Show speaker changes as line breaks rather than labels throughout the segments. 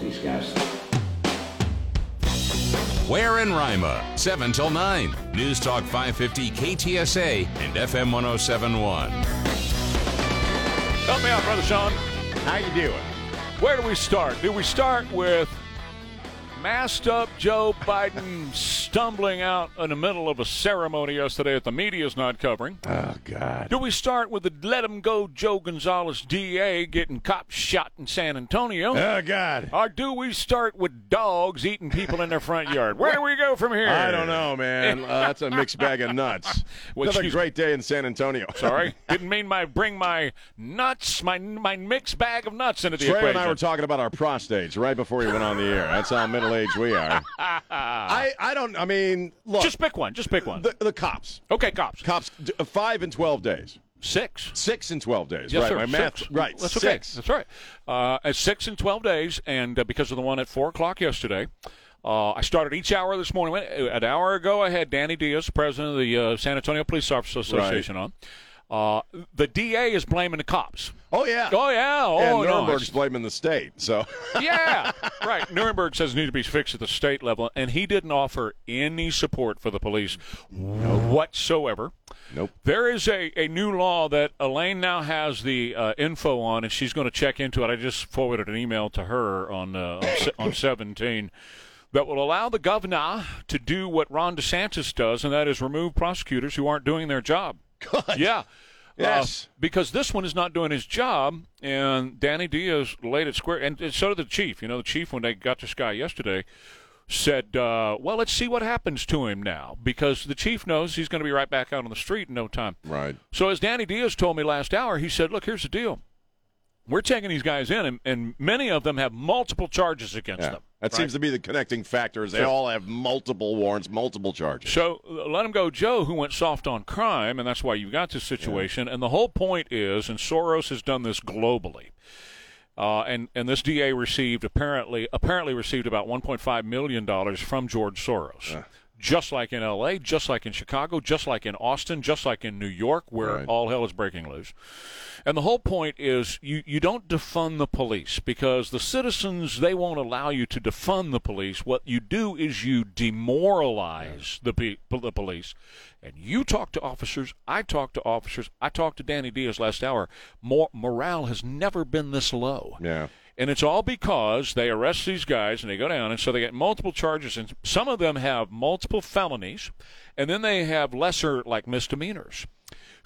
These guys.
Where in Rima, 7 till 9. News Talk 550 KTSA and FM 1071.
Help me out, Brother Sean.
How you doing?
Where do we start? Do we start with masked up Joe Biden stumbling out in the middle of a ceremony yesterday that the media's not covering?
Oh God.
Do we start with the let him go Joe Gonzalez DA getting cops shot in San Antonio?
Oh God.
Or do we start with dogs eating people in their front yard? Where do we go from here?
I don't know, man. Uh, that's a mixed bag of nuts.
Well,
Another
excuse-
great day in San Antonio.
Sorry, didn't mean my bring my nuts, my my mixed bag of nuts into the
Trey
equation.
and I were talking about our prostates right before we went on the air. That's how middle aged we are. I, I don't. I mean, look.
just pick one. Just pick one.
the, the cops.
okay, cops.
Cops. d- uh, Five in twelve days.
Six.
Six in twelve days.
Yes,
right.
sir.
My math.
Six.
Right.
That's okay.
six.
That's all right. Uh, at six and twelve days, and uh, because of the one at four o'clock yesterday, uh, I started each hour this morning. uh, An hour ago, I had Danny Diaz, president of the uh, San Antonio Police Officers
Right.
Association, on. Uh, the DA is blaming the cops.
Oh yeah.
Oh yeah. Oh
and
no.
Nuremberg's blaming the state. So
yeah, right. Nuremberg says it needs to be fixed at the state level, and he didn't offer any support for the police whatsoever.
Nope.
There is a, a new law that Elaine now has the uh, info on, and she's going to check into it. I just forwarded an email to her on uh, on, se- on 17 that will allow the governor to do what Ron DeSantis does, and that is remove prosecutors who aren't doing their job. Yeah.
Yes.
Uh, because this one is not doing his job, and Danny Diaz laid it square. And, and so did the chief. You know, the chief, when they got this guy yesterday, said, uh, well, let's see what happens to him now, because the chief knows he's going to be right back out on the street in no time.
right.
So, as Danny Diaz told me last hour, he said, look, here's the deal. We're taking these guys in, and, and many of them have multiple charges against
Yeah.
them.
That seems to be the connecting factor. Is they all have multiple warrants, multiple charges.
So uh, let him go, Joe, who went soft on crime, and that's why you've got this situation. And the whole point is, and Soros has done this globally. Uh, and and this DA received apparently apparently received about 1.5 million dollars from George Soros, just like in L.A., just like in Chicago, just like in Austin, just like in New York, where
Right.
all hell is breaking loose. And the whole point is you, you don't defund the police because the citizens, they won't allow you to defund the police. What you do is you demoralize the, pe- the police. And you talk to officers. I talk to officers. I talked to Danny Diaz last hour. Mor- morale has never been this low.
Yeah.
And it's all because they arrest these guys and they go down, and so they get multiple charges, and some of them have multiple felonies, and then they have lesser, like misdemeanors.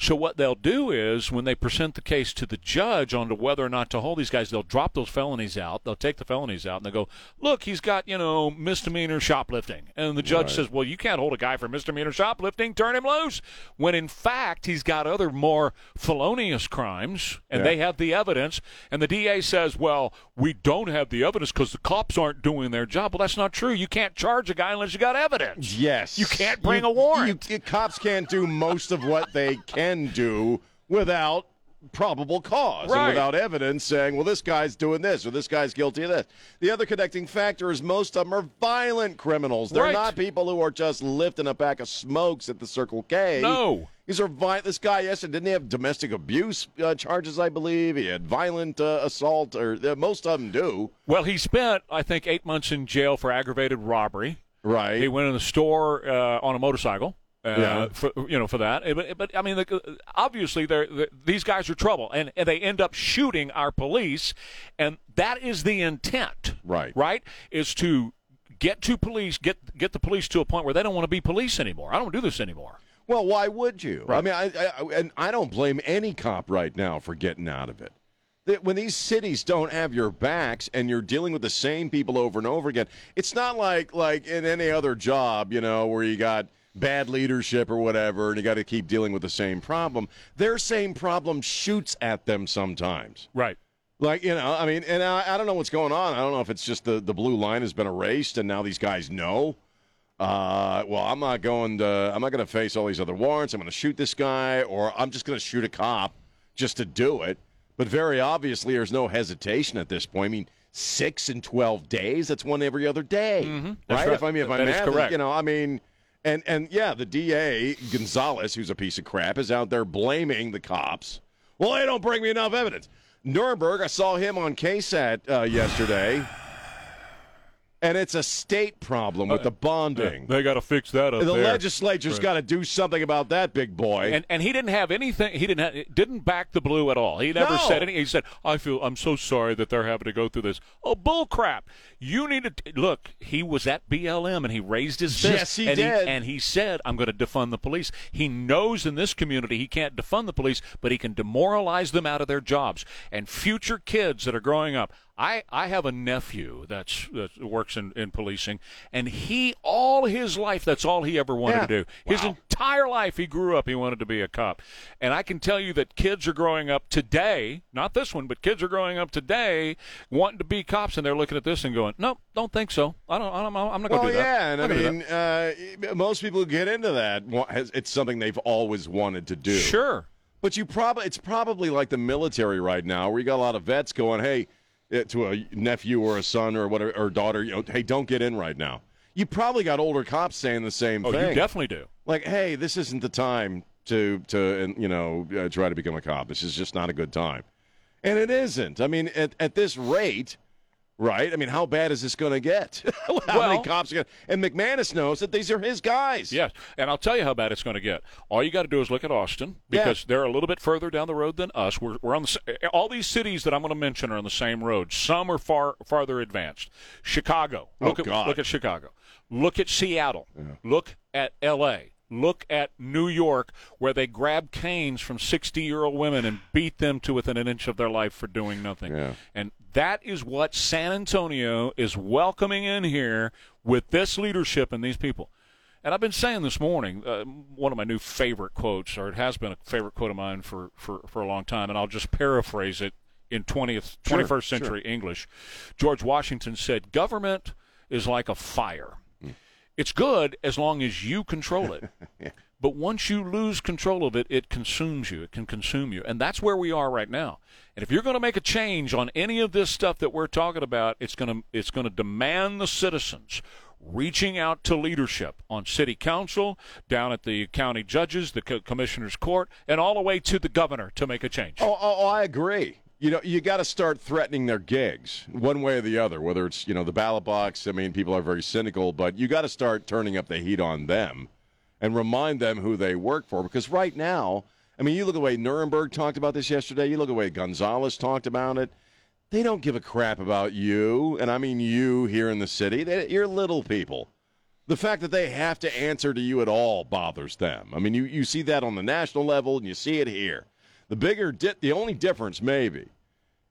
So what they'll do is, when they present the case to the judge on to whether or not to hold these guys, they'll drop those felonies out. They'll take the felonies out, and they go, "Look, he's got you know misdemeanor shoplifting," and the judge says, "Well, you can't hold a guy for misdemeanor shoplifting. Turn him loose." When in fact he's got other more felonious crimes, and
Yeah.
they have the evidence. And the DA says, "Well, we don't have the evidence because the cops aren't doing their job." Well, that's not true. You can't charge a guy unless you got evidence.
Yes.
You can't bring a warrant.
you- cops can't do most of what they can do without probable cause
Right.
and without evidence saying, well, this guy's doing this or this guy's guilty of this. The other connecting factor is most of them are violent criminals. They're
Right.
not people who are just lifting a pack of smokes at the Circle K.
No.
These are violent. This guy yesterday didn't he have domestic abuse uh, charges, I believe. He had violent uh, assault, or uh, most of them do.
Well, he spent, I think, eight months in jail for aggravated robbery.
Right.
He went in the store uh, on a motorcycle. Uh,
Yeah.
for, you know, for that. Eh, But, but I mean, the, obviously, they're, they these guys are trouble, and, and they end up shooting our police, and that is the intent.
Right.
Right. Is to get to police, get get the police to a point where they don't want to be police anymore. I don't wanna do this anymore.
Well, why would you? I mean, I, I, I- and I don't blame any cop right now for getting out of it. That when these cities don't have your backs and you're dealing with the same people over and over again, it's not like like in any other job, you know, where you got bad leadership or whatever, and you got to keep dealing with the same problem. Their same problem shoots at them sometimes.
Right.
Like you know, I mean, and I, I don't know what's going on. I don't know if it's just the the blue line has been erased, and now these guys know. Uh, well, I'm not going to. I'm not going to face all these other warrants. I'm going to shoot this guy, or I'm just going to shoot a cop just to do it. But very obviously, there's no hesitation at this point. I mean, six and twelve days. That's one every other day,
Mm-hmm. That's
right?
right.
If I mean, if
That
I'm
is correct.
you know, I mean, and and yeah, the DA Gonzalez, who's a piece of crap, is out there blaming the cops. Well, they don't bring me enough evidence. Nuremberg, I saw him on KSAT uh, yesterday, and it's a state problem
Uh,
with the bonding.
They got to fix that up
the
there.
legislature's got to do something about that, big boy.
And and he didn't have anything. He didn't have, didn't back the blue at all. He never
No.
said any. He said, "I feel I'm so sorry that they're having to go through this." Oh, bull crap! You need to t- look. He was at BLM and he raised his fist.
Yes, he
and
did.
and he said, "I'm going to defund the police." He knows in this community he can't defund the police, but he can demoralize them out of their jobs and future kids that are growing up. I, I have a nephew that's that works in, in policing, and he all his life that's all he ever wanted
Yeah.
to do. His entire life he grew up he wanted to be a cop, and I can tell you that kids are growing up today, not this one, but kids are growing up today wanting to be cops, and they're looking at this and going, "No, don't think so. I don't. I'm, I'm not going to
well,
do that."
Oh, yeah, and I
Not gonna do that."
mean, uh, most people who get into that, wa- has- it's something they've always wanted to do.
sure.
But you probably it's probably like the military right now, where you got a lot of vets going, "Hey," eh, to a nephew or a son or whatever or daughter, you know, "Hey, don't get in right now." You probably got older cops saying the same
Oh,
thing,
you definitely do.
like, "Hey, this isn't the time to to and, you know uh, try to become a cop. This is just not a good time," and it isn't. I mean, at at this rate. Right, I mean, how bad is this going to get? how
Well-
many cops? Are gonna, and McManus knows that these are his guys.
Yes, and I'll tell you how bad it's going to get. All you got to do is look at Austin because they're a little bit further down the road than us. We're, we're on the, s- all these cities that I'm going to mention are on the same road. Some are far farther advanced. Chicago. Look at
God.
look at Chicago. Look at Seattle. Look at L.A. Look at New York, where they grab canes from 60 year old women and beat them to within an inch of their life for doing nothing. And that is what San Antonio is welcoming in here with this leadership and these people. And I've been saying this morning, uh, one of my new favorite quotes, or it has been a favorite quote of mine for, for, for a long time, and I'll just paraphrase it in 20th, 21st century English. George Washington said, Government is like a fire. It's good as long as you control it. But once you lose control of it, it consumes you. It can consume you. And that's where we are right now. And if you're going to make a change on any of this stuff that we're talking about, it's going to it's going to demand the citizens reaching out to leadership on city council, down at the county judges, the co- commissioners court, and all the way to the governor to make a change.
Oh, oh, oh, I agree. You know, you got to start threatening their gigs one way or the other, whether it's, you know, the ballot box. I mean, people are very cynical, but you got to start turning up the heat on them and remind them who they work for. Because right now, I mean, you look at the way Nuremberg talked about this yesterday, you look at the way Gonzalez talked about it. They don't give a crap about you, and I mean you here in the city. They, you're little people the fact that they have to answer to you at all bothers them. I mean, you, you see that on the national level and you see it here. The bigger, di- the only difference maybe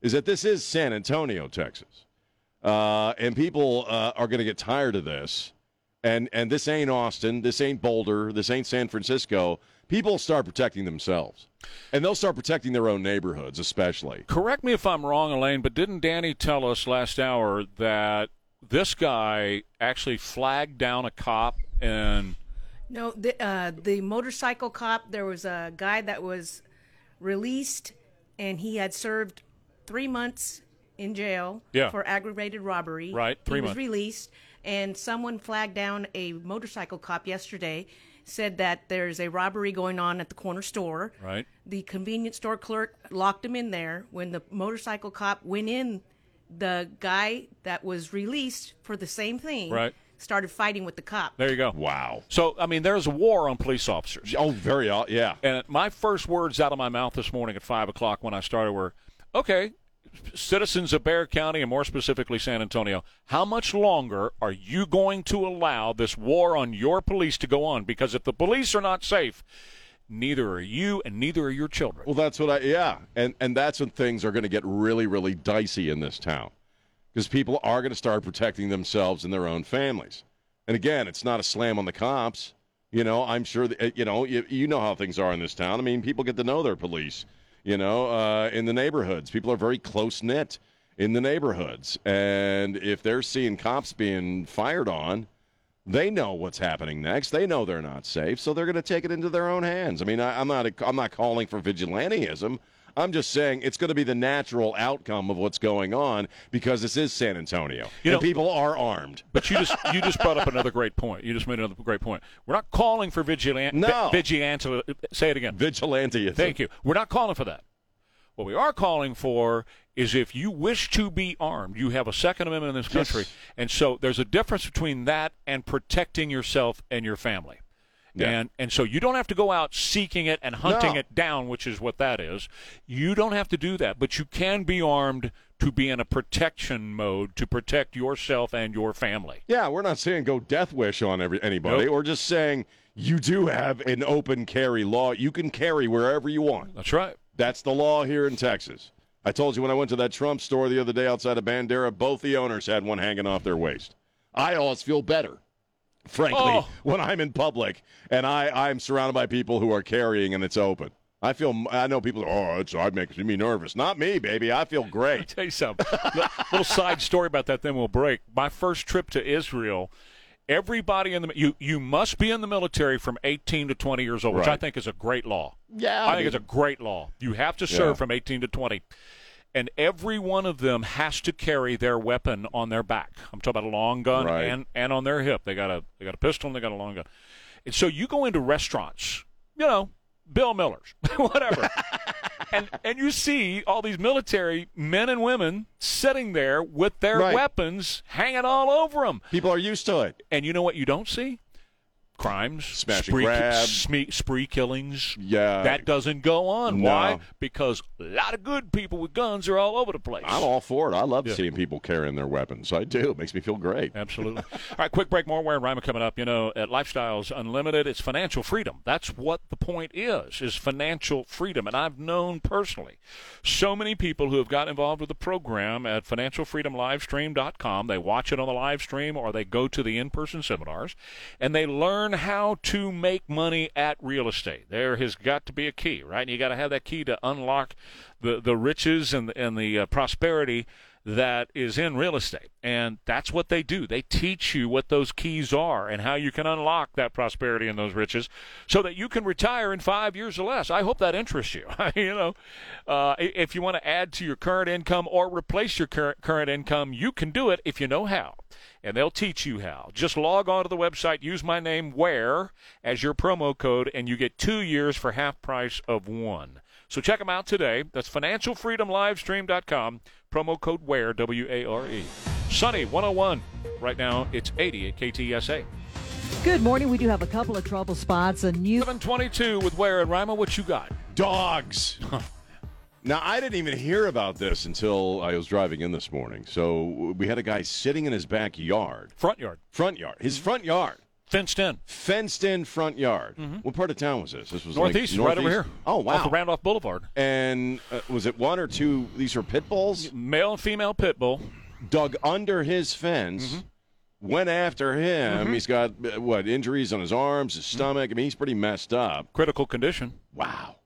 is that this is San Antonio, Texas. Uh, and people uh, are going to get tired of this. And, and this ain't Austin. This ain't Boulder. This ain't San Francisco. People start protecting themselves. And they'll start protecting their own neighborhoods, especially.
Correct me if I'm wrong, Elaine, but didn't Danny tell us last hour that this guy actually flagged down a cop and
No, the, uh, the motorcycle cop, there was a guy that was released and he had served three months in jail
Yeah.
for aggravated robbery.
Right, three
he
months.
was released, and someone flagged down a motorcycle cop yesterday, said that there's a robbery going on at the corner store.
Right.
The convenience store clerk locked him in there. When the motorcycle cop went in, the guy that was released for the same thing
Right.
started fighting with the cop.
there you go.
Wow.
So, I mean, there's a war on police officers.
Oh, very, odd. yeah.
And my first words out of my mouth this morning at 5 o'clock when I started were, okay, citizens of Bear County and more specifically San Antonio, how much longer are you going to allow this war on your police to go on? Because if the police are not safe, neither are you and neither are your children.
Well, that's what I yeah, and and that's when things are going to get really really dicey in this town because people are going to start protecting themselves and their own families. And again, it's not a slam on the cops. eh, You know, I'm sure that uh, you know you, you know how things are in this town. I mean, people get to know their police. you know, uh, in the neighborhoods. People are very close knit in the neighborhoods. And if they're seeing cops being fired on, they know what's happening next. They know they're not safe, so they're going to take it into their own hands. I mean, I, I'm not a, I'm not calling for vigilantism. I'm just saying it's going to be the natural outcome of what's going on because this is San Antonio.
You
and
know-
people are armed.
But you just you just brought up another great point. You just made another great point. We're not calling for vigilant
No.
vigilante. Say it again.
Vigilanteism.
Thank you. We're not calling for that. What we are calling for is if you wish to be armed, you have a Second Amendment in this country, and so there's a difference between that and protecting yourself and your family.
Yeah.
And and so you don't have to go out seeking it and hunting
No.
it down, which is what that is. You don't have to do that, but you can be armed to be in a protection mode to protect yourself and your family.
Yeah, we're not saying go death wish on every, anybody.
Nope.
We're just saying you do have an open carry law. You can carry wherever you want.
That's right.
That's the law here in Texas. I told you when I went to that Trump store the other day outside of Bandera, both the owners had one hanging off their waist. I always feel better, frankly,
Oh.
when I'm in public and I, I'm surrounded by people who are carrying and it's open. I feel I know people. Oh, it's, it makes me nervous. Not me, baby. I feel great.
tell you something. Li- little side story about that. Then we'll break. My first trip to Israel. Everybody in the mi- you you must be in the military from 18 to 20 years old, which I
Right.
think is a great law.
Yeah,
I,
I
think
mean-
it's a great law. You have to serve from 18 to 20, and every one of them has to carry their weapon on their back. I'm talking about a long gun
Right.
and and on their hip. They got a they got a pistol and they got a long gun. And so you go into restaurants, you know, Bill Miller's, whatever. and and you see all these military men and women sitting there with their
Right.
weapons hanging all over them.
People are used to it.
And you know what you don't see? Crimes,
Smash and
spree,
grab.
sme- spree killings.
Yeah.
that doesn't go on.
No.
Why? Because a lot of good people with guns are all over the place.
I'm all for it. I love seeing people carrying their weapons. I do. It makes me feel great.
Absolutely. All right, quick break. More Ware and Rima coming up. You know, at Lifestyles Unlimited, it's financial freedom. That's what the point is, is financial freedom. And I've known personally so many people who have got involved with the program at financialfreedomlivestream.com. They watch it on the live stream or they go to the in-person seminars, and they learn how to make money at real estate. There has got to be a key, right? And you got to have that key to unlock the, the riches and, and the uh, prosperity that is in real estate. And that's what they do. They teach you what those keys are and how you can unlock that prosperity and those riches so that you can retire in five years or less. I hope that interests you. you know, uh, i- if you want to add to your current income or replace your current, current income, you can do it if you know how. And they'll teach you how. Just log on to the website, use my name, WHERE, as your promo code, and you get two years for half price of one. So check them out today. That's financialfreedomlivestream.com. Promo code WARE, W A R E. Sunny 101. Right now, it's 80 at KTSA.
Good morning. We do have a couple of trouble spots. A new
722 with WARE and Rima. What you got?
Dogs. now, I didn't even hear about this until I was driving in this morning. So we had a guy sitting in his backyard,
Front yard.
front yard,
Mm-hmm.
his front yard,
Fenced in.
fenced in front yard. What part of town was this? This was like
Mm-hmm. Northeast, right over here.
Oh
Off
wow!
of Randolph Boulevard.
and uh, was it one or two? These were pit bulls.
Male and female pit bull.
Dug under his fence.
Mm-hmm.
Went after him. He's got uh, what injuries on his arms, his
Mm-hmm.
stomach. I mean, he's pretty messed up.
Critical condition.
Wow.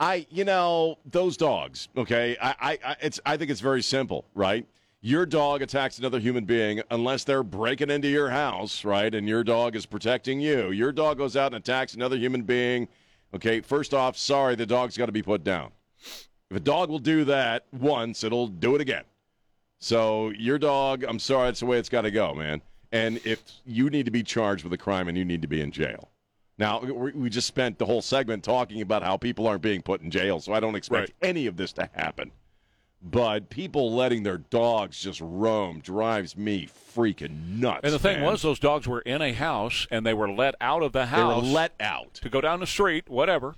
I, you know, those dogs. Okay, I, I, I, it's. I think it's very simple, right? Your dog attacks another human being unless they're breaking into your house, right? And your dog is protecting you. Your dog goes out and attacks another human being. Okay, first off, sorry, the dog's got to be put down. If a dog will do that once, it'll do it again. So your dog, I'm sorry, it's the way it's got to go, man. And if you need to be charged with a crime and you need to be in jail. Now we we just spent the whole segment talking about how people aren't being put in jail, so I don't expect any of this to happen. But people letting their dogs just roam drives me freaking nuts.
And the thing
man.
was, those dogs were in a house and they were let out of the
they were
house.
let out.
to go down the street, whatever,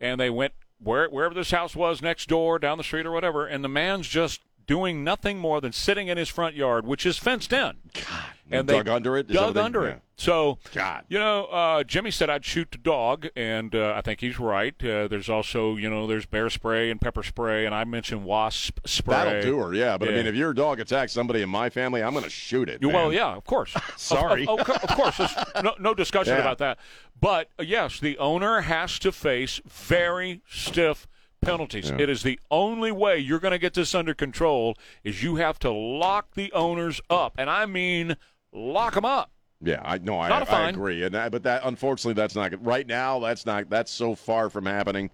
and they went where wherever this house was next door, down the street or whatever, and the man's just doing nothing more than sitting in his front yard, which is fenced in.
God,
And
dug
they
under it. Is that what
Dug
they-
under
yeah.
it. So,
God.
you know, uh, Jimmy said I'd shoot the dog, and uh, I think he's right. Uh, there's also, you know, there's bear spray and pepper spray, and I mentioned wasp spray.
That'll do her, yeah. But I
Yeah.
mean, if your dog attacks somebody in my family, I'm going to shoot it.
You- Well,
man.
yeah, of course. Of-
Sorry.
Of, of, co- of course. There's no, no discussion
Yeah.
about that. But uh, yes, the owner has to face very stiff penalties.
Yeah.
It is the only way you're going to get this under control is you have to lock the owners up, and I mean lock them up.
Yeah, I no, I,
Not a
I
fine.
agree, and I, but that unfortunately, that's not good. right now. That's not that's so far from happening,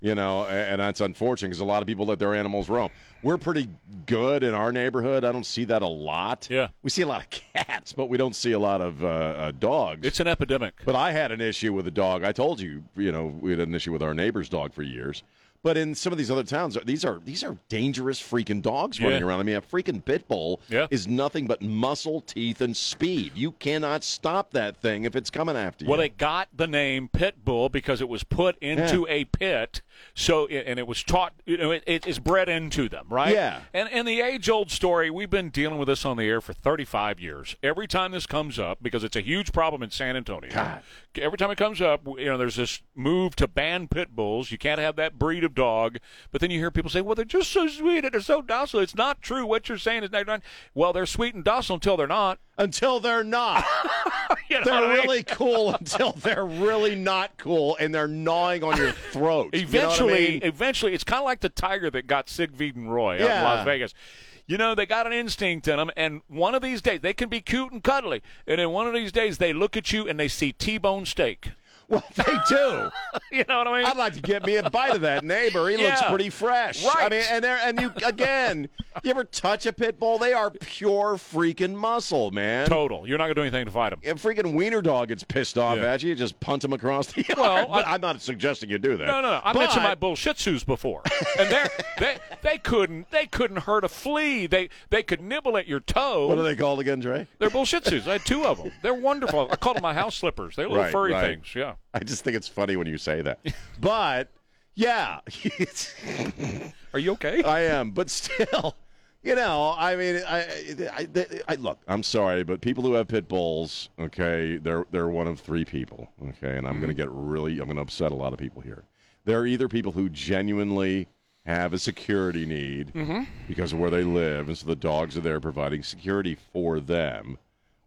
you know, a- and, that's unfortunate because a lot of people let their animals roam. We're pretty good in our neighborhood. I don't see that a lot.
Yeah.
we see a lot of cats, but we don't see a lot of uh, uh, dogs.
It's an epidemic.
But I had an issue with a dog. I told you, you know, we had an issue with our neighbor's dog for years. But in some of these other towns, these are these are dangerous freaking dogs running
Yeah.
around. I mean, a freaking pit bull
Yeah.
is nothing but muscle, teeth, and speed. You cannot stop that thing if it's coming after you.
Well, it got the name pit bull because it was put into
Yeah.
a pit, so and it was taught. You know, it, it is bred into them, right?
Yeah.
And and the age old story. We've been dealing with this on the air for 35 years. Every time this comes up, because it's a huge problem in San Antonio.
God.
Every time it comes up, you know, there's this move to ban pit bulls. You can't have that breed of dog. But then you hear people say, "Well, they're just so sweet and they're so docile." It's not true. What you're saying is not. not- Well, they're sweet and docile until they're not.
until they're not.
You know
they're
what I mean?
really cool until they're really not cool, and they're gnawing on your throat. You know what I
Eventually,
mean?
eventually, it's kind of like the tiger that got Sig and Roy out
Yeah.
of Las Vegas. You know, they got an instinct in them, and one of these days they can be cute and cuddly, and then one of these days they look at you and they see T-bone steak.
well, they do.
You know what I mean?
I'd like to get me a bite of that neighbor. He looks
Yeah.
pretty fresh. I
Right.
mean, and there, and you again, you ever touch a pit bull? They are pure freaking muscle, man.
Total. You're not gonna do anything to fight them.
A freaking wiener dog gets pissed off
Yeah.
at you. You just punt him across the yard.
Well,
but
I-
I'm not suggesting you do that.
No, no, no. I
but,
mentioned my bull Shih Tzus before, and they they they couldn't they couldn't hurt a flea. They they could nibble at your toe.
What are they called again, Trey?
They're bull Shih Tzus. I had two of them. They're wonderful. I called them my house slippers. They're little
Right,
furry
right.
things. Yeah.
I just think it's funny when you say that. but yeah, it's-
Are you okay?
I am, but still, you know, I mean, I, I, I, I look. I'm sorry, but people who have pit bulls, okay, they're they're one of three people, okay, and I'm going to get really, I'm going to upset a lot of people here. They're either people who genuinely have a security need because of where they live, and so the dogs are there providing security for them,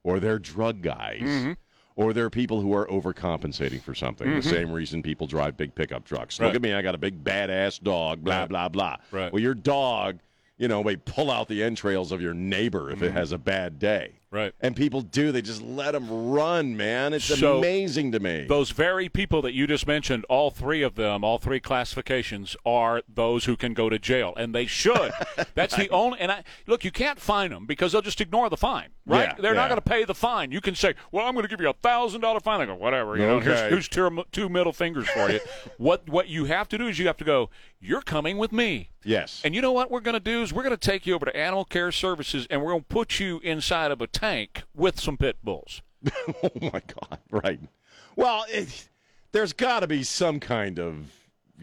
or they're drug guys.
Mm-hmm.
Or they're people who are overcompensating for something. The same reason people drive big pickup trucks. Look
Right.
at me, I got a big badass dog, blah,
Right.
blah, blah.
Right.
Well, your dog, you know, may pull out the entrails of your neighbor if it has a bad day.
Mm-hmm. Right.
And people do. They just let them run, man. It's
So,
amazing to me.
Those very people that you just mentioned, all three of them, all three classifications, are those who can go to jail, and they should. That's the only. And I look, you can't fine them because they'll just ignore the fine, right?
Yeah,
They're
yeah.
not going to pay the fine. You can say, "Well, I'm going to give you a thousand dollar fine." They go, "Whatever." You know,
Okay.
here's, here's two, two middle fingers for you. what what you have to do is you have to go. You're coming with me.
yes.
And you know what we're going to do is we're going to take you over to Animal Care Services, and we're going to put you inside of a tank with some pit bulls.
oh, my God. Right. Well, it, there's got to be some kind of,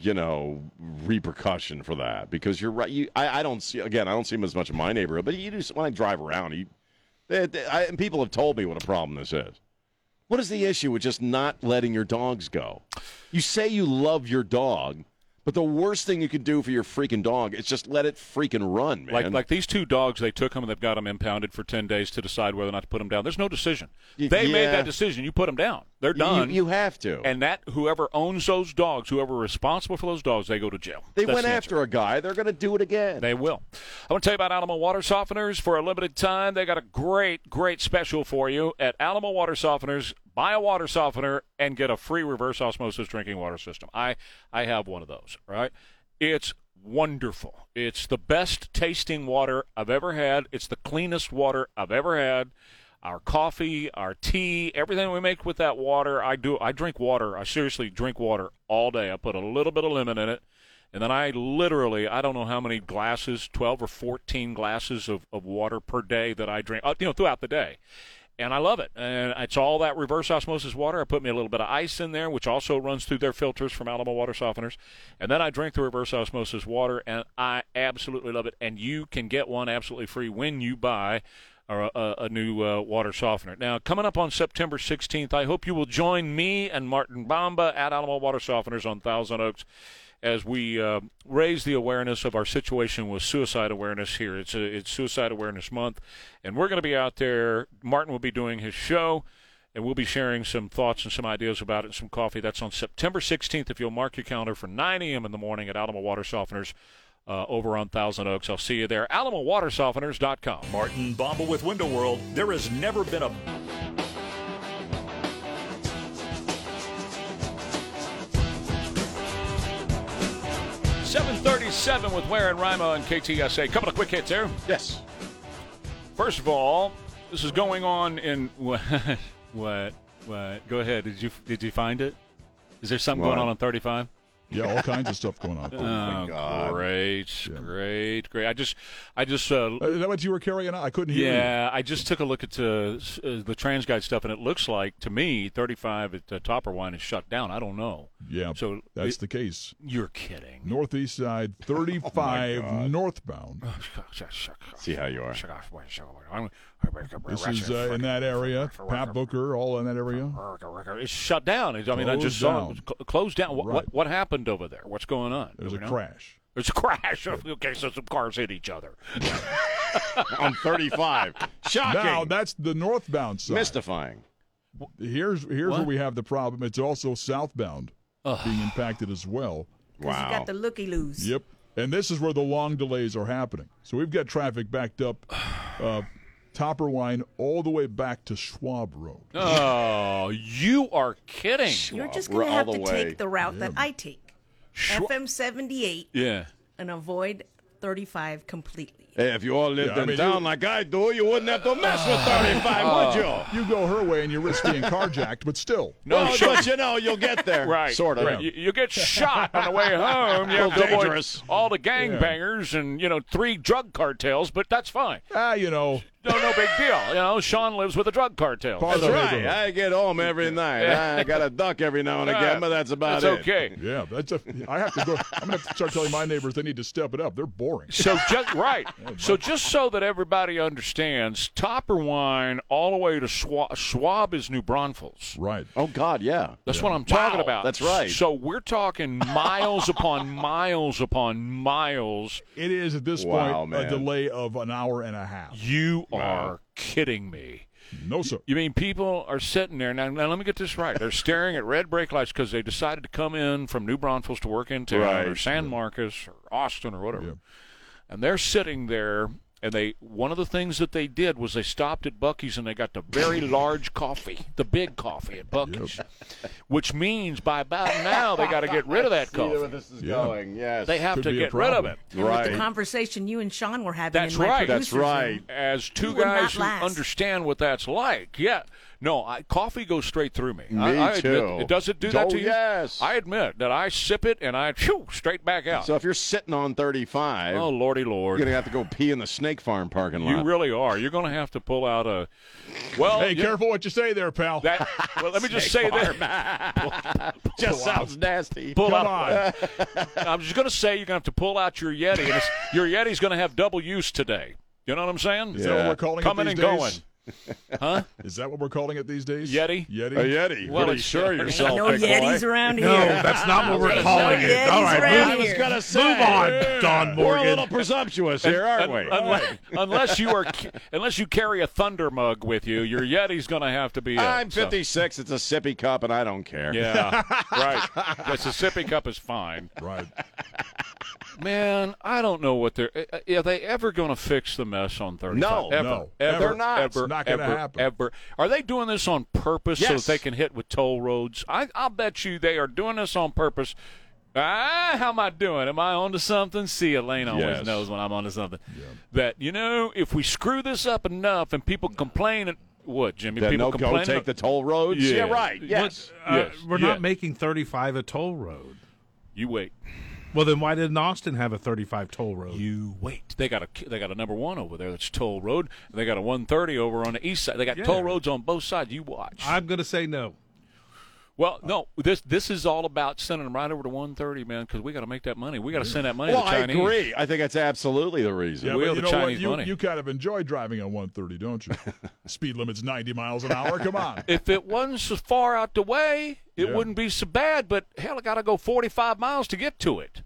you know, repercussion for that because you're right. You, I, I don't see, again, I don't see them as much in my neighborhood, but you do, when I drive around, you, they, they- I, and people have told me what a problem this is. What is the issue with just not letting your dogs go? You say you love your dog, but the worst thing you could do for your freaking dog is just let it freaking run, man.
Like like these two dogs, they took them and they've got them impounded for ten days to decide whether or not to put them down. There's no decision.
Y-
They made
yeah.
that decision. You put them down. They're
You-
done.
You, you have to.
and that whoever owns those dogs, whoever responsible for those dogs, they go to jail.
they
That's
went
the answer.
after a guy. They're going to do it again.
They will. I want to tell you about Alamo Water Softeners for a limited time. They got a great, great special for you at Alamo Water Softeners. Buy a water softener and get a free reverse osmosis drinking water system. I I have one of those. Right? It's wonderful. It's the best tasting water I've ever had. It's the cleanest water I've ever had. Our coffee, our tea, everything we make with that water, I do. I drink water. I seriously drink water all day. I put a little bit of lemon in it. And then I literally, I don't know how many glasses, 12 or 14 glasses of, of water per day that I drink, uh, you know, throughout the day. And I love it. And it's all that reverse osmosis water. I put me a little bit of ice in there, which also runs through their filters from Alamo Water Softeners. And then I drink the reverse osmosis water, and I absolutely love it. And you can get one absolutely free when you buy or a- a, a new uh, water softener. Now, coming up on September 16th, I hope you will join me and Martin Bamba at Alamo Water Softeners on Thousand Oaks as we uh, raise the awareness of our situation with suicide awareness here. It's, a, it's Suicide Awareness Month, and we're going to be out there. Martin will be doing his show and we'll be sharing some thoughts and some ideas about it and some coffee. That's on September 16th. If you'll mark your calendar for 9 a.m. in the morning at Alamo Water Softeners uh, over on Thousand Oaks. I'll see you there. AlamoWaterSofteners.com.
Martin Bobble with Window World. There has never been a
Seven thirty-seven with Ware and Rima on KTSA. Couple of quick hits here.
Yes.
First of all, this is going on in what? What? What? Go ahead. Did you did you find it? Is there something going
What?
on on thirty-five?
Yeah, all kinds of stuff going on.
Oh, great, great, great. I just, I just, uh,
Uh, Is that what you were carrying on? I couldn't hear you.
yeah, I just took a look at uh, s- uh, the trans guide stuff, and it looks like to me thirty-five at uh, Topper Wine is shut down. I don't know.
Yeah,
So
that's
it- Oh,
the case.
You're kidding.
Northeast side, 35 northbound.
Oh,
See how you are.
This is uh, in that area. Pat Booker, all in that area.
It's shut down. It's- I mean, I just
Closed
saw it
down.
was cl- closed down. What, what
Right.
what happened over there? What's going on?
There's
Do
a
we know?
crash.
There's a crash. okay, so some cars hit each other.
on 35. Shocking.
Now that's the northbound side.
Mystifying.
Here's here's where
What?
we have the problem. It's also southbound being impacted as well.
Wow.
You got the looky loos.
Yep. And this is where the long delays are happening. So we've got traffic backed up, uh, Topper Wine all the way back to Schwab Road.
Oh, you are kidding.
You're just
We're
gonna have
all
to
the way.
take the route that I take, FM 78,
Yeah.
and avoid 35 completely.
Hey, if you all lived
Yeah, I
in
mean,
town
you-
like I do, you wouldn't have to mess with 35, would you?
You go her way and you risk being carjacked, but still.
No,
well,
sure.
but you know, you'll get there.
Right.
Sort of.
Right. You, you get shot on the way home. You
Little
have to avoid
dangerous.
all the gangbangers and, you know, three drug cartels, but that's fine.
Ah, you know,
No, no big deal. You know, Sean lives with a drug cartel.
part
That's
of the
right.
neighborhood.
I get home every night. I got a duck every now and again, but that's about
That's
it.
okay.
Yeah, that's a, I have to go. I'm gonna have to start telling my neighbors they need to step it up. They're boring.
So just right. So just so that everybody understands, Topper Wine all the way to Schwab, Schwab is New Braunfels.
Right.
Oh, God, yeah.
That's what I'm talking
Wow,
about.
that's right.
So we're talking miles upon miles upon miles.
It is at this
Wow,
point
man.
a delay of an hour and a half.
You are kidding me.
No sir.
You mean people are sitting there now? Now let me get this right. They're staring at red brake lights because they decided to come in from New Braunfels to work in town or
Right.
San Marcos or Austin or whatever,
Yeah.
and they're sitting there. And they one of the things that they did was they stopped at Bucky's and they got the very large coffee, the big coffee at Bucky's, which means by about now they got to get rid of that coffee.
this is
Yeah.
going, yes.
They have
Could
to
be a
get rid of
problem.
it.
And with the
Right.
conversation you and Sean were having.
That's
in my
right.
That's
producer's
right.
room.
As two
You will
guys
not
who
last.
understand what that's like, yeah. No, I, coffee goes straight through me.
Me
I, I
too.
Admit, it does it do that
Oh,
to you?
yes.
I admit that I sip it and I phew, straight back out.
So if you're sitting on 35,
oh lordy lord,
you're going to have to go pee in the Snake Farm parking lot.
you really are. You're going to have to pull out a.
oh,
Well,
Hey,
you-
careful what you say there, pal.
That, well, let me just say that.
just sounds nasty.
Pull
Come
out.
on.
I'm just going to say you're going to have to pull out your Yeti, and it's, your Yeti's going to have double use today. You know what I'm saying?
Is that what we're calling
Coming
it
and
these
going.
days? Is that what we're calling it these days?
Yeti?
Yeti.
A Yeti.
Well, it's-
Pretty sure of yourself,
Oh,
No
big boy.
Yetis around
No,
here.
that's not what we're calling
no
it.
Yetis
All right,
around
move,
here.
I was
move
going to say.
on, Don
We're a little
Morgan.
presumptuous here, aren't we?
unless, unless you are unless you carry a thunder mug with you, your Yeti's going to have to be. it,
I'm
so-
56. It's a sippy cup, and I don't care.
Yeah, right. Yes, the sipping cup is fine.
Right.
Man, I don't know what they're. uh, Are they ever going to fix the mess on 35?
No.
ever,
No.
ever,
They're
not.
Ever,
It's not
ever,
gonna happen.
Ever. Are they doing this on purpose so that
Yes.
they can hit with toll roads? I, I'll bet you they are doing this on purpose. Ah, how am I doing? Am I onto something? See, Elaine always
Yes.
knows when I'm onto something. That you know, if we screw this up enough and people complain, and, what Jimmy?
Then
people
they'll go
complain.
take the toll roads.
Yeah.
right. Yes.
Uh,
Yes,
we're
yes.
not making 35 a toll road.
you wait.
Well, then why didn't Austin have a 35 toll road?
You wait. They got a they got a number one over there that's toll road. and They got a one thirty over on the east side. They got
Yeah.
toll roads on both sides. You watch.
I'm going to say no.
well, no, this this is all about sending them right over to one thirty, man, because we got to make that money. We got to send that money
Well,
to
I
Chinese.
agree. I think that's absolutely the reason.
Yeah,
We
but
owe
you
the
know
Chinese
what? You,
money.
you kind of enjoy driving on 130, don't you? Speed limit's 90 miles an hour. Come on.
If it wasn't so far out the way, it
Yeah.
wouldn't be so bad. But hell, I got to go forty five miles to get to it.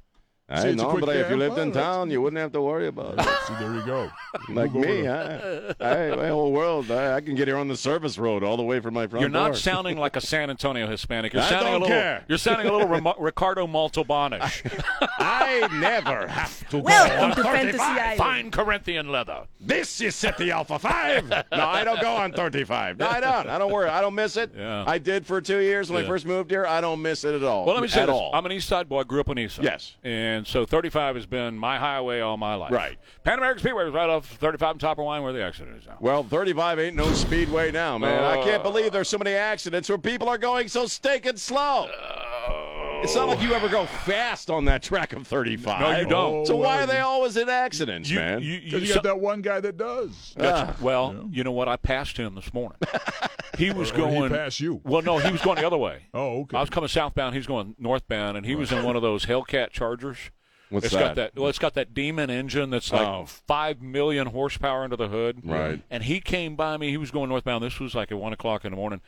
See,
I
it's a
know,
quick
but if you
game.
lived in
Well,
town, you wouldn't have to worry about it.
See, there you go.
Like
Move over
me,
to-
I, I, my whole world, I, I can get here on the service road all the way from my front
You're not
door.
sounding like a San Antonio Hispanic. You're
I
sounding
don't
a little.
care.
You're sounding a little Remo- Ricardo Montalbanish.
I never have to
Welcome to
go on
Fantasy
35.
Island.
Fine Corinthian leather.
This is set the Alpha 5. No, I don't go on 35. No, I don't. I don't worry. I don't miss it.
Yeah.
I did for two years when I first moved here. I don't miss it at all.
Well, let me say
at
this.
all.
I'm an East Side boy. Grew up on East Side.
Yes.
And so 35 has been my highway all my life.
Right.
Pan American Speedway is right off 35 and Topper Wine where the accident is now.
well, 35 ain't no speedway now, man. I can't
Uh.
believe there's so many accidents where people are going so stinking slow. It's not like you ever go fast on that track of 35.
Oh. No, you don't.
So
Oh,
why
well,
are they
you-
always in accidents, man?
you, you,
'Cause you
so-
got that one guy that does.
well, you know what? I passed him this morning. He was
Or he
going.
passed you.
Well, no, he was going the other way.
Oh, okay.
I was coming southbound. He was going northbound, and he was in one of those Hellcat Chargers.
What's
It's got that. Well, it's got that demon engine that's like
Oh.
five million horsepower under the hood.
Right.
And he came by me. He was going northbound. This was like at one o'clock in the morning,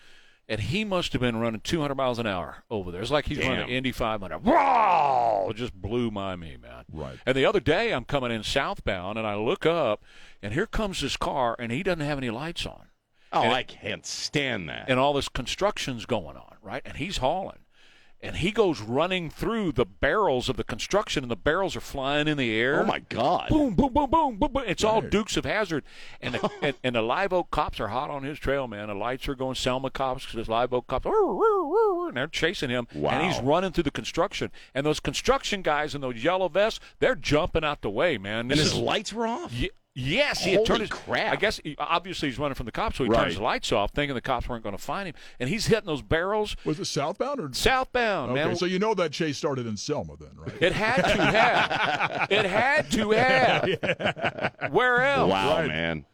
and he must have been running 200 miles an hour over there. It's like he's running
Damn.
Indy 500. Wow! Oh, It Just blew my me, man.
Right.
And the other day, I'm coming in southbound, and I look up, and here comes this car, and he doesn't have any lights on
Oh,
and-
I can't stand that.
and all this construction's going on, right? And he's hauling. And he goes running through the barrels of the construction, and the barrels are flying in the air.
oh, my God.
Boom, boom, boom, boom, boom, boom. It's all Dukes of Hazard, and the, and, and the Live Oak cops are hot on his trail, man. The lights are going. Selma cops, because Live Oak cops, "Rrr, rrr, rrr," and they're chasing him, and he's
Wow.
running through the construction. And those construction guys in those yellow vests, they're jumping out the way, man.
And
This
his
is
lights were off?
Ye- Yes, he had
Holy
turned his,
crap.
I guess he, obviously he's running from the cops, so he
Right.
turns the lights off, thinking the cops weren't going to find him, and he's hitting those barrels
Was it southbound or?
southbound,
okay,
man.
so you know that chase started in Selma, then, right?
it had to have. it had to have. Where else?
Wow, man.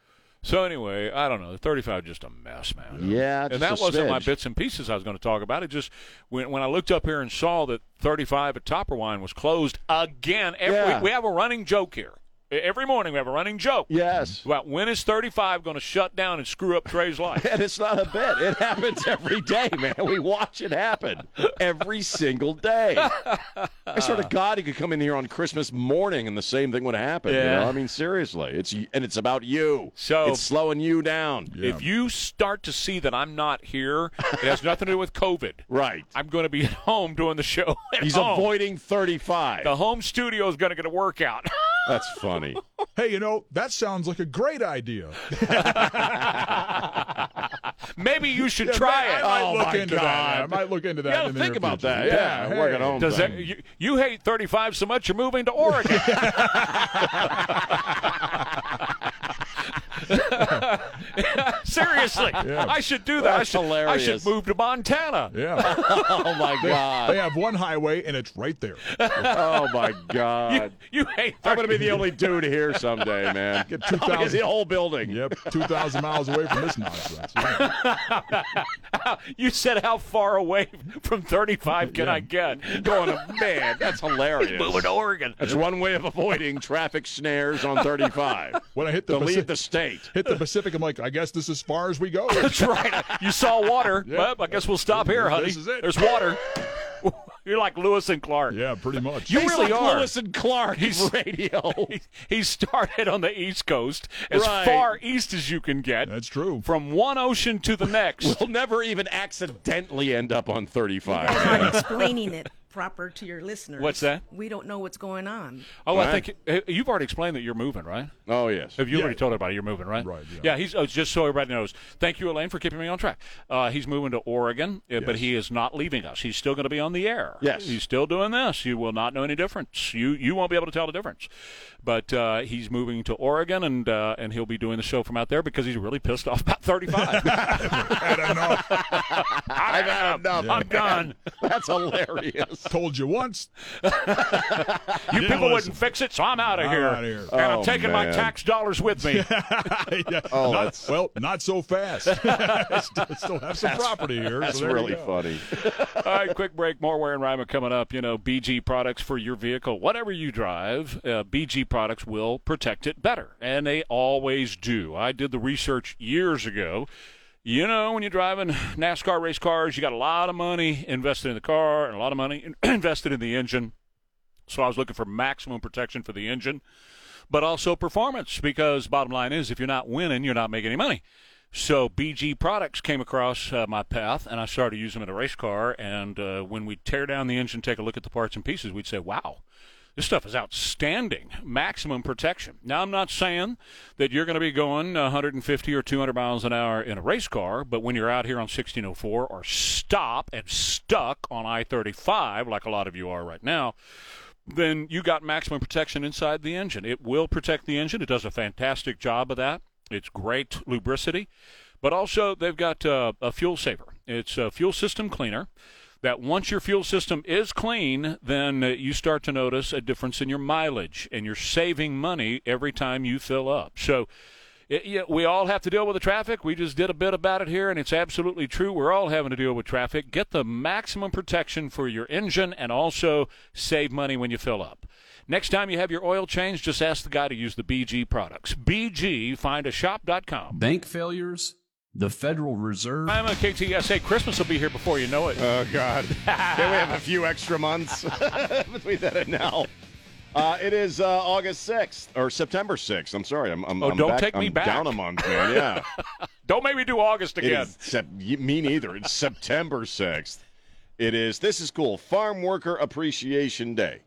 So anyway, I don't know. The 35 just a mess, man.
Yeah,
and
just
that
a
wasn't my
smidge.
bits and pieces I was going to talk about. It just when when I looked up here and saw that 35 at Topperwine was closed again. Every,
Yeah.
we, have a running joke here. E, Every morning we have a running joke.
Yes.
About when is 35 going to shut down and screw up Trey's life?
And it's not a bet. It happens every day, man. We watch it happen every single day. I swear to God, he could come in here on Christmas morning and the same thing would happen. you
Yeah.
know? I mean, seriously. It's and it's about you.
So-
it's slowing you down.
If you start to see that I'm not here, it has nothing to do with COVID.
Right.
I'm going to be at home doing the show. at
He's
home.
avoiding 35.
Oh. The home studio is going to get a workout.
That's funny.
Hey, you know that sounds like a great idea.
Maybe you should try
I
it.
might
Oh,
look
my
into
God.
that. I might look into that.
Yeah,
in the
think
near
about
future.
that. Yeah, work at home.
Does that,
Right.
you, you hate 35 so much you're moving to Oregon. Seriously, I should do that. I
That's
should, I
hilarious.
should move to Montana.
Yeah,
Oh, my
they
God.
have one highway and it's right there.
Oh, my God.
You hate
I'm going to be the only dude here someday, man.
Get
I'll get
2,000
the whole building.
Yep, two thousand miles away from this nonsense. Yeah.
You said how far away from 35 can I get?
Going, man, that's hilarious.
Moving to Oregon.
That's one way of avoiding traffic snares on 35.
When I hit
to
the,
leave
Pacific,
the state.
hit the Pacific, I'm like, I guess this is as far as we go.
That's right. You saw water. Well, I guess we'll stop here, honey.
This is it.
There's water. You're like Lewis and Clark.
yeah, pretty much.
You really are.
Lewis and Clark
He's-
radio.
He, he started on the East Coast, as
Right.
far east as you can get.
That's true.
From one ocean to the next.
He'll never even accidentally end up on
guys
35.
aren't explaining it proper to your listeners.
What's that?
We don't know what's going on.
Oh, I
Right.
think uh, you've already explained that you're moving, right?
oh, yes.
Have you already told everybody you're moving, right?
Right, yeah.
Yeah. he's oh, just so everybody knows. Thank you, Elaine, for keeping me on track. Uh, he's moving to Oregon, uh, but he is not leaving us. He's still going to be on the air.
Yes.
he's still doing this. You will not know any difference. You you won't be able to tell the difference. But uh, he's moving to Oregon, and uh, and he'll be doing the show from out there because he's really pissed off about 35.
I've had enough.
I'm done.
That's hilarious.
Told you once.
You
Didn't
people
listen.
wouldn't fix it, so I'm out of
I'm
here.
outta here.
And I'm
Oh,
taking my
man.
tax dollars with me.
Yeah,
Oh,
not-
that's-
well, not so fast. still, still have some property here.
That's
so there you
really
go.
funny.
All right, quick break. More Ware and Rima coming up. You know, BG products for your vehicle. Whatever you drive, uh, BG products will protect it better. And they always do. I did the research years ago. You know, when you're driving NASCAR race cars, you got a lot of money invested in the car and a lot of money invested in the engine. So I was looking for maximum protection for the engine, but also performance because bottom line is if you're not winning, you're not making any money. So BG products came across uh, my path, and I started using them in a race car. And uh, when we tear down the engine, take a look at the parts and pieces, we'd say, "Wow, this stuff is outstanding. Maximum protection. Now, I'm not saying that you're going to be going 150 or 200 miles an hour in a race car, but when you're out here on 1604 or stop and stuck on I 35, like a lot of you are right now, then you got maximum protection inside the engine. It will protect the engine. It does a fantastic job of that. It's great lubricity, but also they've got uh, a fuel saver. It's a fuel system cleaner that once your fuel system is clean, then uh, you start to notice a difference in your mileage and you're saving money every time you fill up. So it, yeah, we all have to deal with the traffic. We just did a bit about it here, and it's absolutely true. We're all having to deal with traffic. Get the maximum protection for your engine and also save money when you fill up. Next time you have your oil change, just ask the guy to use the BG products. BG, find a shop.com.
Bank failures, the Federal Reserve.
I'm a KTSA. Christmas will be here before you know it.
Oh God! Can we have a few extra months between that and now? Uh, it is uh, August sixth or September sixth. I'm sorry. I'm, I'm,
Oh,
I'm
don't
back,
take me
I'm
back.
Down a month, man. Yeah.
Don't make me do August
It
again.
is sep- me neither. It's September 6th. It is. This is cool. Farm Worker Appreciation Day.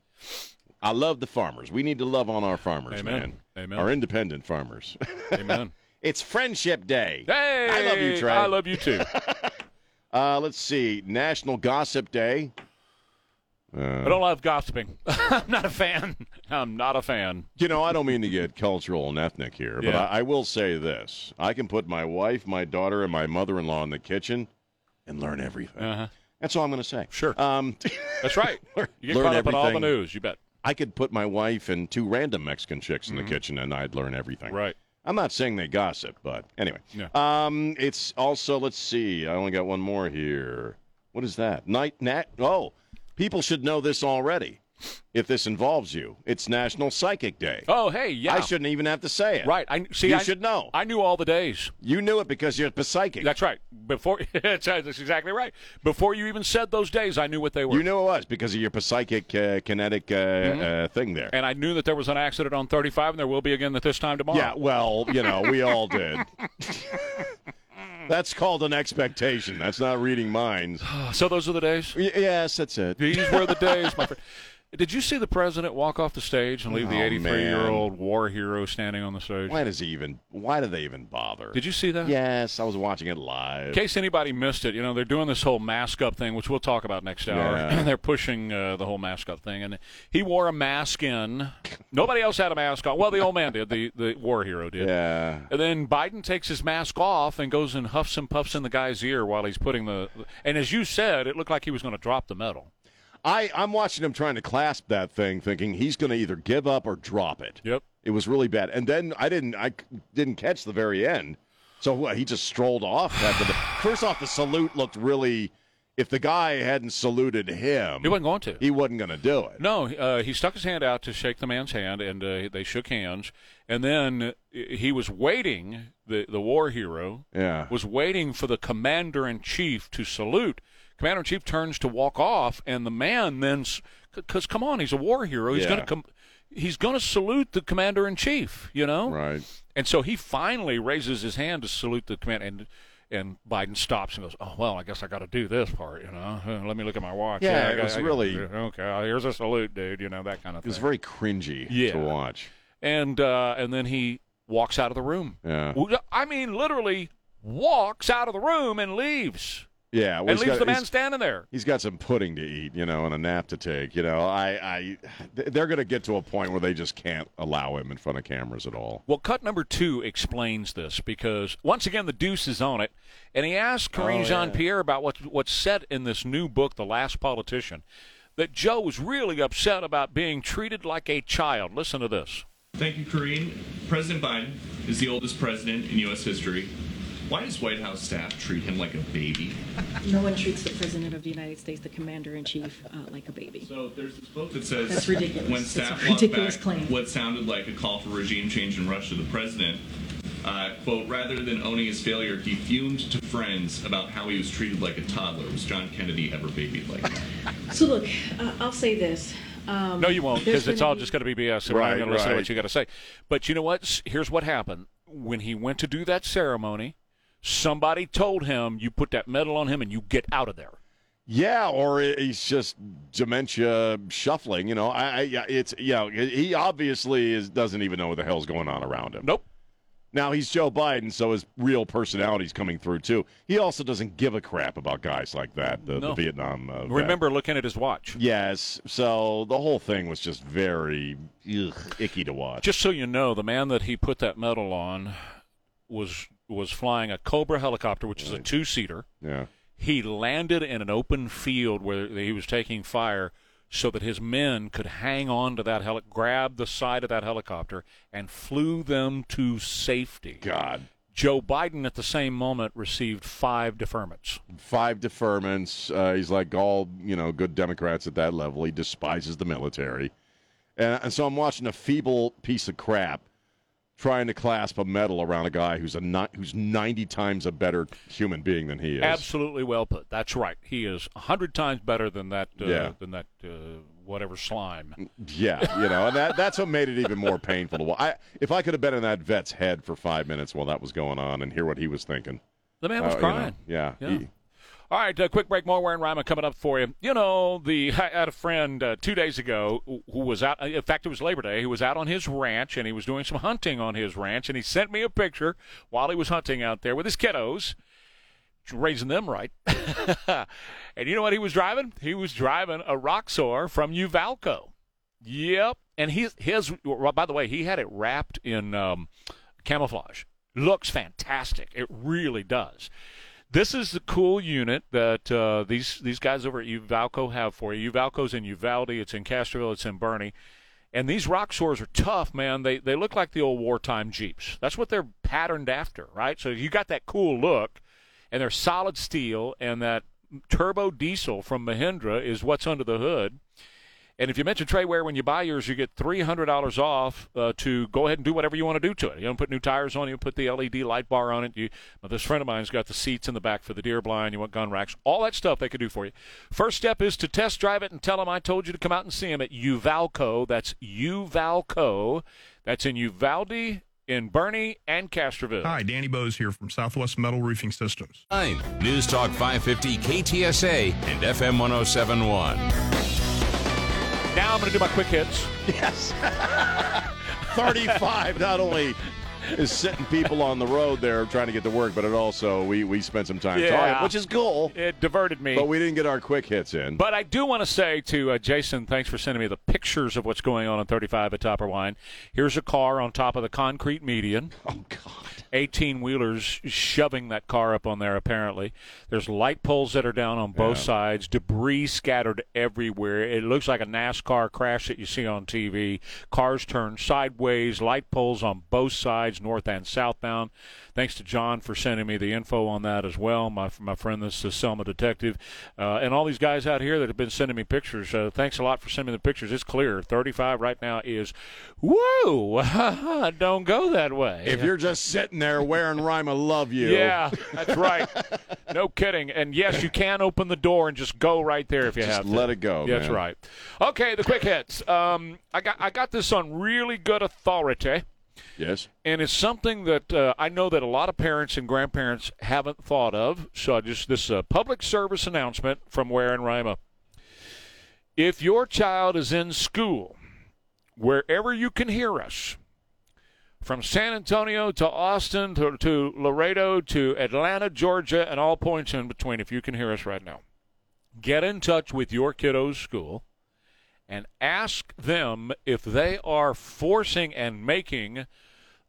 I love the farmers. We need to love on our farmers,
Amen.
man.
Amen.
Our independent farmers.
Amen.
it's Friendship Day.
Hey,
I love you, Trey.
I love you too.
Uh, let's see. National Gossip Day.
I don't love gossiping. I'm not a fan. I'm not a fan.
You know, I don't mean to get cultural and ethnic here, but
Yeah.
I, I will say this: I can put my wife, my daughter, and my mother-in-law in the kitchen and learn everything.
Uh-huh.
That's all I'm going to say.
Sure.
Um,
That's right. You get
Learn
caught up in all the
everything.
news. You bet.
I could put my wife and two random Mexican chicks in the kitchen and I'd learn everything.
Mm-hmm. Right.
I'm not saying they gossip, but anyway.
Yeah.
Um, it's also let's see. I only got one more here. What is that? Night nat. Oh, people should know this already. If this involves you, it's National Psychic Day.
Oh, hey, yeah.
I shouldn't even have to say it.
Right. I see.
You
I,
should know.
I knew all the days.
You knew it because you're psychic.
That's right. Before that's, that's exactly right. Before you even said those days, I knew what they were.
you knew it was because of your psychic uh, kinetic uh,
Mm-hmm.
uh, thing there.
and I knew that there was an accident on 35, and there will be again at this time tomorrow.
Yeah, well, you know, we all did. That's called an expectation. That's not reading minds.
So those are the days.
Y- yes, that's it.
These were the days, my friend. Did you see the president walk off the stage and leave the
Oh,
83 year
man.
old war hero standing on the stage?
Why does he even? Why do they even bother?
Did you see that?
Yes, I was watching it live.
In case anybody missed it, you know, they're doing this whole mask up thing, which we'll talk about next hour.
Yeah.
they're pushing uh, the whole mask up thing. And he wore a mask in. Nobody else had a mask on. Well, the old man did. The, the war hero did.
Yeah.
And then Biden takes his mask off and goes and huffs and puffs in the guy's ear while he's putting the. And as you said, it looked like he was going to drop the medal.
I I'm watching him trying to clasp that thing, thinking he's going to either give up or drop it.
Yep.
It was really bad. And then I didn't I c- didn't catch the very end. So what, he just strolled off after the first off the salute looked really if the guy hadn't saluted him
He wasn't going to.
he wasn't going to do it.
No, uh, he stuck his hand out to shake the man's hand, and uh, they shook hands. And then uh, he was waiting. The the war hero
Yeah.
was waiting for the commander in chief to salute. Commander in chief turns to walk off, and the man then, because come on, he's a war hero. He's
Yeah.
gonna come. He's gonna salute the commander in chief. You know.
Right.
And so he finally raises his hand to salute the commander, and and Biden stops and goes, "Oh well, I guess I got to do this part, you know. Uh, Let me look at my watch.
Yeah,
I
it
got-
was
I got-
really-
okay. uh, Here's a salute, dude. You know that kind of
It
thing.
was very cringy
Yeah.
to watch.
and uh, and then he walks out of the room.
Yeah.
Well, I mean, literally walks out of the room and leaves,
Yeah. well,
and
he's
leaves
got-
the man
he's-
standing there.
He's got some pudding to eat, you know, and a nap to take. You know, I, I, they're going to get to a point where they just can't allow him in front of cameras at all.
Well, cut number two explains this because once again the deuce is on it, and he asked
Oh,
Karine Jean Pierre about what what's said in this new book, The Last Politician, that Joe was really upset about being treated like a child. Listen to this.
Thank you, Corrine. President Biden is the oldest president in U.S. history. Why does White House staff treat him like a baby?
No one treats the President of the United States, the Commander in Chief, uh, like a baby.
So there's this book that says
That's ridiculous.
when
That's a
staff
ridiculous
walked back
claim.
what sounded like a call for regime change in Russia, the president, uh, quote, rather than owning his failure, he fumed to friends about how he was treated like a toddler. Was John Kennedy ever babied like that?
So look, uh, I'll say this. Um,
no, you won't,
there's
because it's
gonna
all
be-
just going to be BS, and
Right,
I'm going to listen to
right.
what you got to say. But you know what? S- Here's what happened when he went to do that ceremony. Somebody told him, "You put that medal on him, and you get out of there."
Yeah, or i- he's just dementia shuffling. You know, I, I yeah, it's yeah. He obviously is doesn't even know what the hell's going on around him.
Nope.
Now he's Joe Biden, so his real personality's coming through too. He also doesn't give a crap about guys like that. The,
No.
the Vietnam. Uh, vet.
Remember looking at his watch.
Yes. So the whole thing was just very ugh, icky to watch.
Just so you know, the man that he put that medal on was was flying a Cobra helicopter, which is a two seater.
Yeah.
He landed in an open field where he was taking fire, so that his men could hang on to that heli- grab the side of that helicopter, and flew them to safety.
God.
Joe Biden at the same moment received five deferments.
Five deferments. Uh, he's like all you know, good Democrats at that level. He despises the military, and, and so I'm watching a feeble piece of crap trying to clasp a medal around a guy who's a ni- who's 90 times a better human being than he is.
Absolutely well put. That's right. He is a hundred times better than that. Uh,
Yeah.
Than that uh, whatever slime.
Yeah, you know, and that, that's what made it even more painful to watch. I, if I could have been in that vet's head for five minutes while that was going on and hear what he was thinking. Uh,
The man was
Oh, you know,
crying.
yeah.
Yeah.
he-
All right, uh, quick break. More Warren Ryman coming up for you. You know, the I had a friend uh, two days ago who- who was out. In fact, it was Labor Day. He was out on his ranch and he was doing some hunting on his ranch. And he sent me a picture while he was hunting out there with his kiddos, raising them right. and you know what he was driving? He was driving a Roxor from Uvalco. Yep. And his his by the way, he had it wrapped in um, camouflage. Looks fantastic. It really does. This is the cool unit that uh, these these guys over at Uvalco have for you. Uvalco's in Uvalde. It's in Castroville. It's in Bernie. And these Roxors are tough, man. They they look like the old wartime Jeeps. That's what they're patterned after, right? So you got that cool look and they're solid steel, and that turbo diesel from Mahindra is what's under the hood. And if you mention Treyware when you buy yours, you get three hundred dollars off uh, to go ahead and do whatever you want to do to it. You know, put new tires on, you put the LED light bar on it. You, now this friend of mine's got the seats in the back for the deer blind. You want gun racks, all that stuff they could do for you. First step is to test drive it and tell them I told you to come out and see them at Uvalco. That's Uvalco. That's in Uvalde, in Bernie, and Castroville.
Hi, Danny Bose here from Southwest Metal Roofing Systems.
9. News Talk 550 KTSA and FM 1071.
Now I'm going to do my quick hits.
Yes. 35 not only is sitting people on the road there trying to get to work, but it also, we, we spent some time talking, which is cool.
It diverted me.
But we didn't get our quick hits in.
But I do want to say to uh, Jason, thanks for sending me the pictures of what's going on on 35 at Topperwine. Here's a car on top of the concrete median. Oh, God. 18 wheelers shoving that car up on there, apparently. There's light poles that are down on both
Yeah.
sides, debris scattered everywhere. It looks like a NASCAR crash that you see on TV. Cars turned sideways, light poles on both sides, north and southbound. Thanks to John for sending me the info on that as well. My my friend, this is Selma Detective, uh, and all these guys out here that have been sending me pictures. Uh, thanks a lot for sending me the pictures. It's clear. 35 right now is, whoa, don't go that way.
if you're just sitting there wearing Rhyme, I love you.
Yeah, that's right. No kidding. And yes, you can open the door and just go right there if you
Just
have to.
let it go,
That's
man.
right. Okay, the quick hits. Um, I got I got this on really good authority,
Yes.
and it's something that uh, I know that a lot of parents and grandparents haven't thought of. So I just this is a public service announcement from Ware and Rima. If your child is in school, wherever you can hear us, from San Antonio to Austin to, to Laredo to Atlanta, Georgia, and all points in between, if you can hear us right now, get in touch with your kiddo's school and ask them if they are forcing and making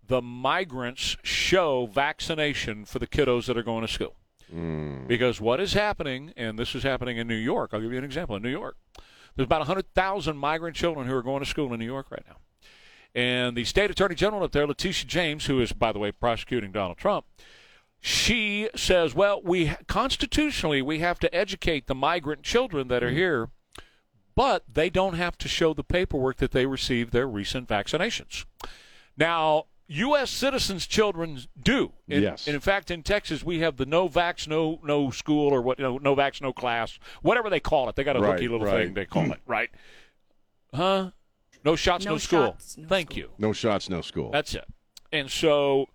the migrants show vaccination for the kiddos that are going to school. Because what is happening, and this is happening in New York, I'll give you an example. In New York, there's about 100,000 migrant children who are going to school in New York right now. And the state attorney general up there, Letitia James, who is, by the way, prosecuting Donald Trump, she says, well, we constitutionally we have to educate the migrant children that are here, but they don't have to show the paperwork that they received their recent vaccinations. Now, U.S. citizens' children do. In,
Yes.
And in fact, in Texas, we have the no vax, no no school, or what no, no vax, no class, whatever they call it. They got a
Right,
hooky little
right.
thing they call it, right? Huh? No shots, no,
No
school.
shots,
Thank you.
No shots, no school.
That's it. And so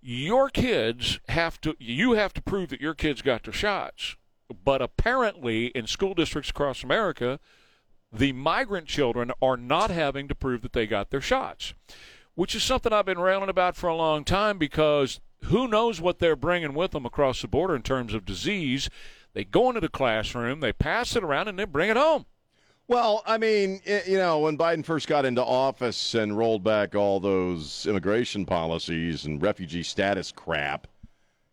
your kids have to you have to prove that your kids got their shots. But apparently in school districts across America, the migrant children are not having to prove that they got their shots, which is something I've been railing about for a long time because who knows what they're bringing with them across the border in terms of disease. They go into the classroom, they pass it around, and they bring it home.
Well, I mean, y- you know, when Biden first got into office and rolled back all those immigration policies and refugee status crap,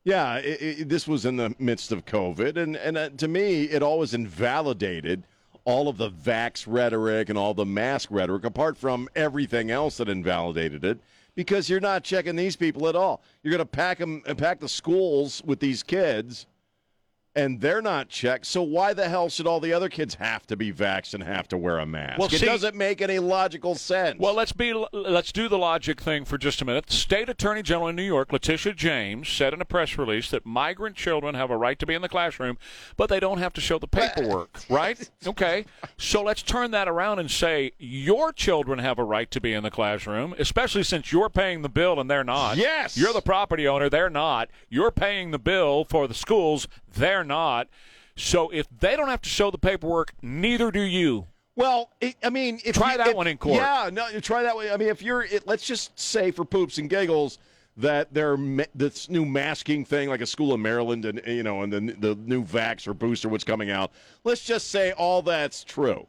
yeah, i i this was in the midst of COVID, and and uh, to me, it always invalidated all of the vax rhetoric and all the mask rhetoric, apart from everything else that invalidated it, because you're not checking these people at all. You're going to pack them, pack the schools with these kids and they're not checked. So why the hell should all the other kids have to be vaxxed and have to wear a mask?
Well,
it
see-
doesn't make any logical sense.
Well, let's be let's do the logic thing for just a minute. State Attorney General in New York, Letitia James, said in a press release that migrant children have a right to be in the classroom, but they don't have to show the paperwork, right? Okay. So let's turn that around and say your children have a right to be in the classroom, especially since you're paying the bill and they're not.
Yes.
You're the property owner, they're not. You're paying the bill for the schools, they're not. So if they don't have to show the paperwork, neither do you.
Well, it, I mean, if
Try
you-
that
if-
one in court.
Yeah, no, you try that way. I mean, if you're, it, let's just say for poops and giggles that they're ma- this new masking thing, like a school in Maryland, and you know, and the the new vax or booster, what's coming out. Let's just say all that's true.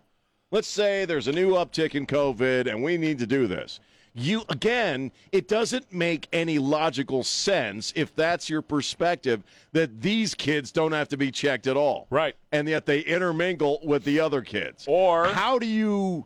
Let's say there's a new uptick in COVID, and we need to do this. You again, it doesn't make any logical sense if that's your perspective that these kids don't have to be checked at all. Right. And yet they intermingle with the other kids.
Or
how do you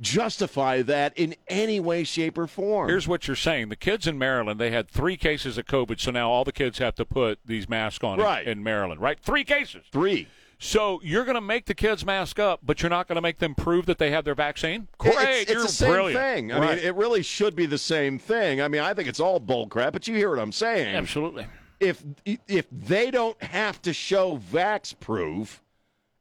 justify that in any way, shape, or form?
Here's what you're saying: the kids in Maryland, they had three cases of COVID, so now all the kids have to put these masks on in-
Right.
in, Maryland, right? Three cases.
Three.
So you're going to make the kids mask up, but you're not going to make them prove that they have their vaccine. Great,
It's, it's
you're
the same
brilliant.
thing. I
Right.
mean, it really should be the same thing. I mean, I think it's all bull crap, but you hear what I'm saying.
Absolutely.
If if they don't have to show vax proof,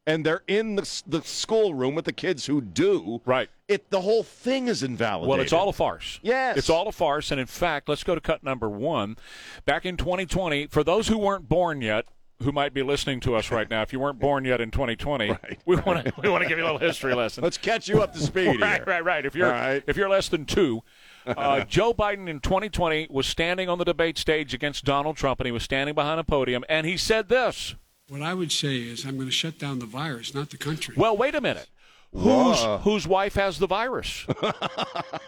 and they're in the s- the schoolroom with the kids who do,
right?
It the whole thing is invalidated.
Well, it's all a farce.
Yes.
It's all a farce. And in fact, let's go to cut number one. Back in 2020, for those who weren't born yet, who might be listening to us right now, if you weren't born yet in 2020, we want to we want to give you a little history lesson.
Let's catch you up to speed
right,
here.
right, right. If you're
All right.
if you're less than two, uh, Joe Biden in 2020 was standing on the debate stage against Donald Trump, and he was standing behind a podium, and he said this.
What I would say is I'm going to shut down the virus, not the country.
Well, wait a minute. Whose
Whoa.
whose wife has the virus?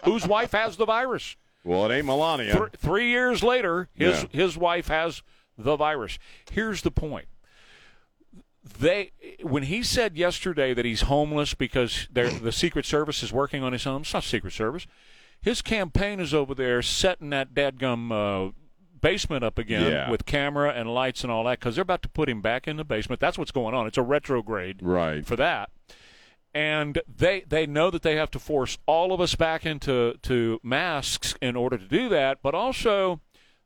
whose wife has the virus?
Well, it ain't Melania.
Thr- three years later, his
Yeah.
his wife has the virus. Here's the point. They when he said yesterday that he's homeless because they're- the Secret Service is working on his home. It's not Secret Service. His campaign is over there setting that dadgum uh, basement up again
Yeah.
with camera and lights and all that because they're about to put him back in the basement. That's what's going on. It's a retrograde
right
for that and they they know that they have to force all of us back into to masks in order to do that but also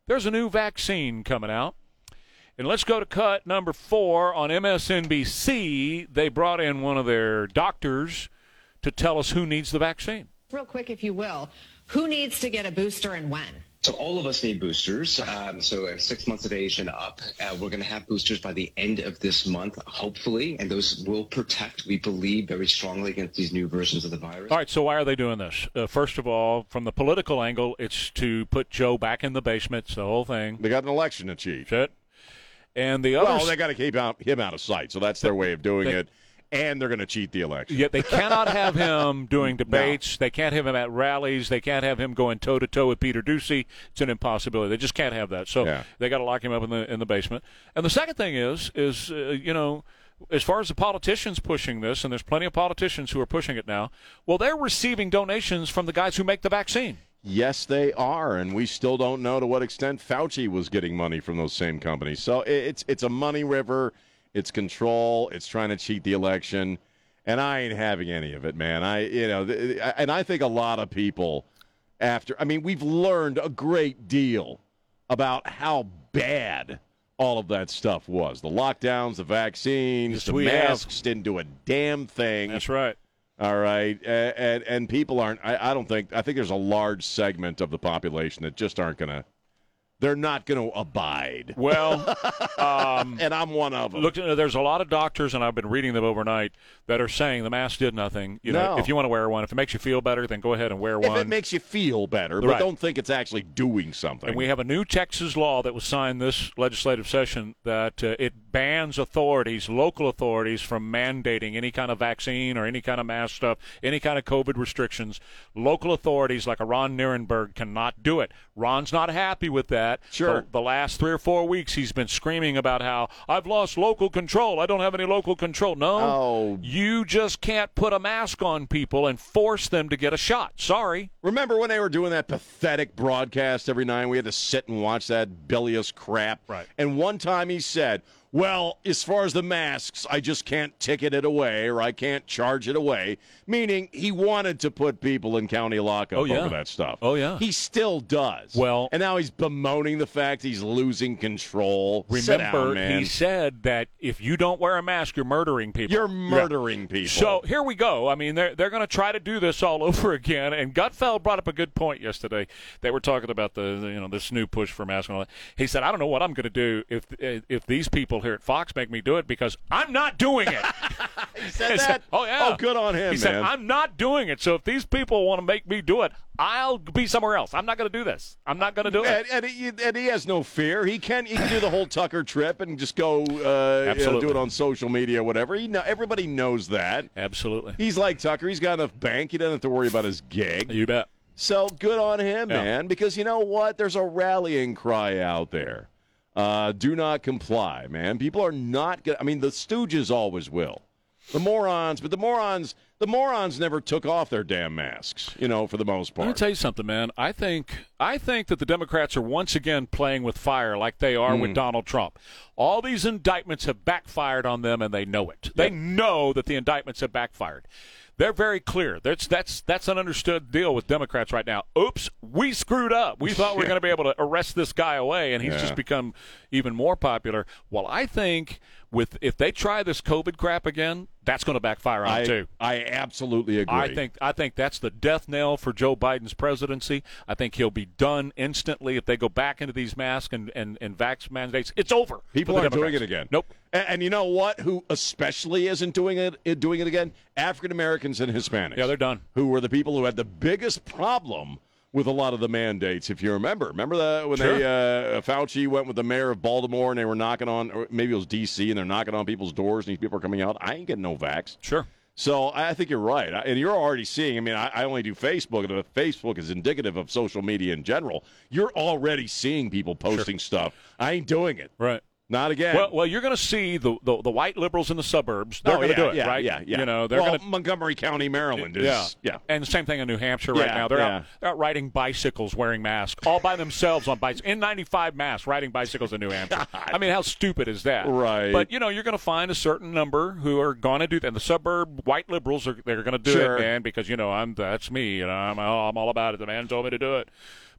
there's a new vaccine coming out and let's go to cut number 4 on MSNBC they brought in one of their doctors to tell us who needs the vaccine
Real quick, if you will, who needs to get a booster and when?
So all of us need boosters. Um, so uh, six months of age and up, uh, we're going to have boosters by the end of this month, hopefully, and those will protect, we believe, very strongly against these new versions of the virus.
all right so why are they doing this uh, first of all from the political angle it's to put joe back in the basement it's the whole thing
they got an election to cheat
Shit. and the other
well, they got to keep out, him out of sight, so that's their way of doing
They-
it. And they're going to cheat the election.
Yet they cannot have him doing debates. They can't have him at rallies. They can't have him going toe to toe with Peter Ducey. It's an impossibility. They just can't have that. So they got to lock him up in the in the basement. And the second thing is is uh, you know as far as the politicians pushing this, and there's plenty of politicians who are pushing it now. Well, they're receiving donations from the guys who make the vaccine.
Yes, they are, and we still don't know to what extent Fauci was getting money from those same companies. So i- it's it's a money river, it's control, it's trying to cheat the election, and I ain't having any of it, man. I you know, th- th- and I think a lot of people after I mean, we've learned a great deal about how bad all of that stuff was. The lockdowns, the vaccines, the
we have.
masks didn't do a damn thing. That's
right.
All right, A- and and people aren't. I, I don't think. I think there's a large segment of the population that just aren't gonna. They're not gonna abide.
Well, um,
and I'm one of them.
Look, there's a lot of doctors, and I've been reading them overnight that are saying the mask did nothing. You know,
No.
if you want to wear one, if it makes you feel better, then go ahead and wear
if
one.
it makes you feel better, but
Right.
don't think it's actually doing something.
And we have a new Texas law that was signed this legislative session that uh, it bans authorities, local authorities, from mandating any kind of vaccine or any kind of mask stuff, any kind of COVID restrictions. Local authorities like a Ron Nirenberg cannot do it. Ron's not happy with that.
Sure.
The, the last three or four weeks, he's been screaming about how I've lost local control. I don't have any local control. No.
Oh.
You just can't put a mask on people and force them to get a shot. Sorry.
Remember when they were doing that pathetic broadcast every night? and We had to sit and watch that bilious crap. Right. And one time he said, "Well, as far as the masks, I just can't ticket it away, or I can't charge it away." Meaning he wanted to put people in county lockup
Oh, yeah.
over that stuff.
Oh, yeah.
He still does.
Well-
and now he's bemoaning the fact he's losing control. Sit down,
Remember,
man.
he said that if you don't wear a mask, you're murdering people.
You're murdering people.
So here we go. I mean, they're, they're going to try to do this all over again. And Gutfeld brought up a good point yesterday. They were talking about the, the, you know this new push for masks and all that. He said, I don't know what I'm going to do if eh, if these people here at Fox make me do it because I'm not doing it.
he said
He said-
that.
Oh yeah.
Oh, good on him,
He said,
man.
"I'm not doing it. So if these people want to make me do it, I'll be somewhere else. I'm not going to do this. I'm not going to do it."
And, and, he, and he has no fear. He can he can do the whole Tucker trip and just go uh, you know, do
Absolutely.
it on social media, whatever. He know, everybody knows that.
Absolutely.
He's like Tucker. He's got enough bank. He doesn't have to worry about his gig.
You bet.
So good on him,
Yeah.
man. Because you know what? There's a rallying cry out there. Uh, do not comply, man. People are not gonna. I mean, the Stooges always will. The morons, but the morons, the morons never took off their damn masks. You know, for the most part.
Let me tell you something, man. I think I think that the Democrats are once again playing with fire, like they are with
Mm.
Donald Trump. All these indictments have backfired on them, and they know it. They know that the indictments have backfired. They're very clear. That's that's that's an understood deal with Democrats right now. Oops, we screwed up. We thought we were going to be able to arrest this guy away, and he's
Yeah.
just become even more popular. Well, I think with if they try this COVID crap again, that's going to backfire on
I,
them, too.
I absolutely agree.
I think I think that's the death knell for Joe Biden's presidency. I think he'll be done instantly if they go back into these mask and and, and vax mandates. It's over.
People
for the
aren't doing it
Democrats.
again.
Nope.
A- And, you know what? Who especially isn't doing it? i- Doing it again? African Americans and Hispanics. Yeah, they're
done.
Who were the people who had the biggest problem with a lot of the mandates? If you remember, remember the, when
Sure.
they uh, Fauci went with the mayor of Baltimore and they were knocking on, or maybe it was D.C. and they're knocking on people's doors and these people are coming out. I ain't getting no vax.
Sure.
So I I think you're right, I- and you're already seeing. I mean, I, I only do Facebook, and if Facebook is indicative of social media in general. You're already seeing people posting stuff. I ain't doing it.
Right.
Not again.
Well, well, you're going to see the, the the white liberals in the suburbs. They're
Oh,
going
yeah,
to do it,
yeah,
right?
Yeah, yeah.
You know, they're
Well,
going to.
Montgomery County, Maryland is.
Yeah,
Yeah.
and the same thing in New Hampshire right
Yeah,
now. They're,
yeah.
out, they're out riding bicycles, wearing masks, all by themselves on bikes. N95 masks, riding bicycles in New Hampshire. I mean, how stupid is that?
Right.
But you know, you're going to find a certain number who are going to do that. And the suburb white liberals are they're going to do
Sure.
it, man, because you know I'm that's me, and I'm I'm all about it. The man told me to do it.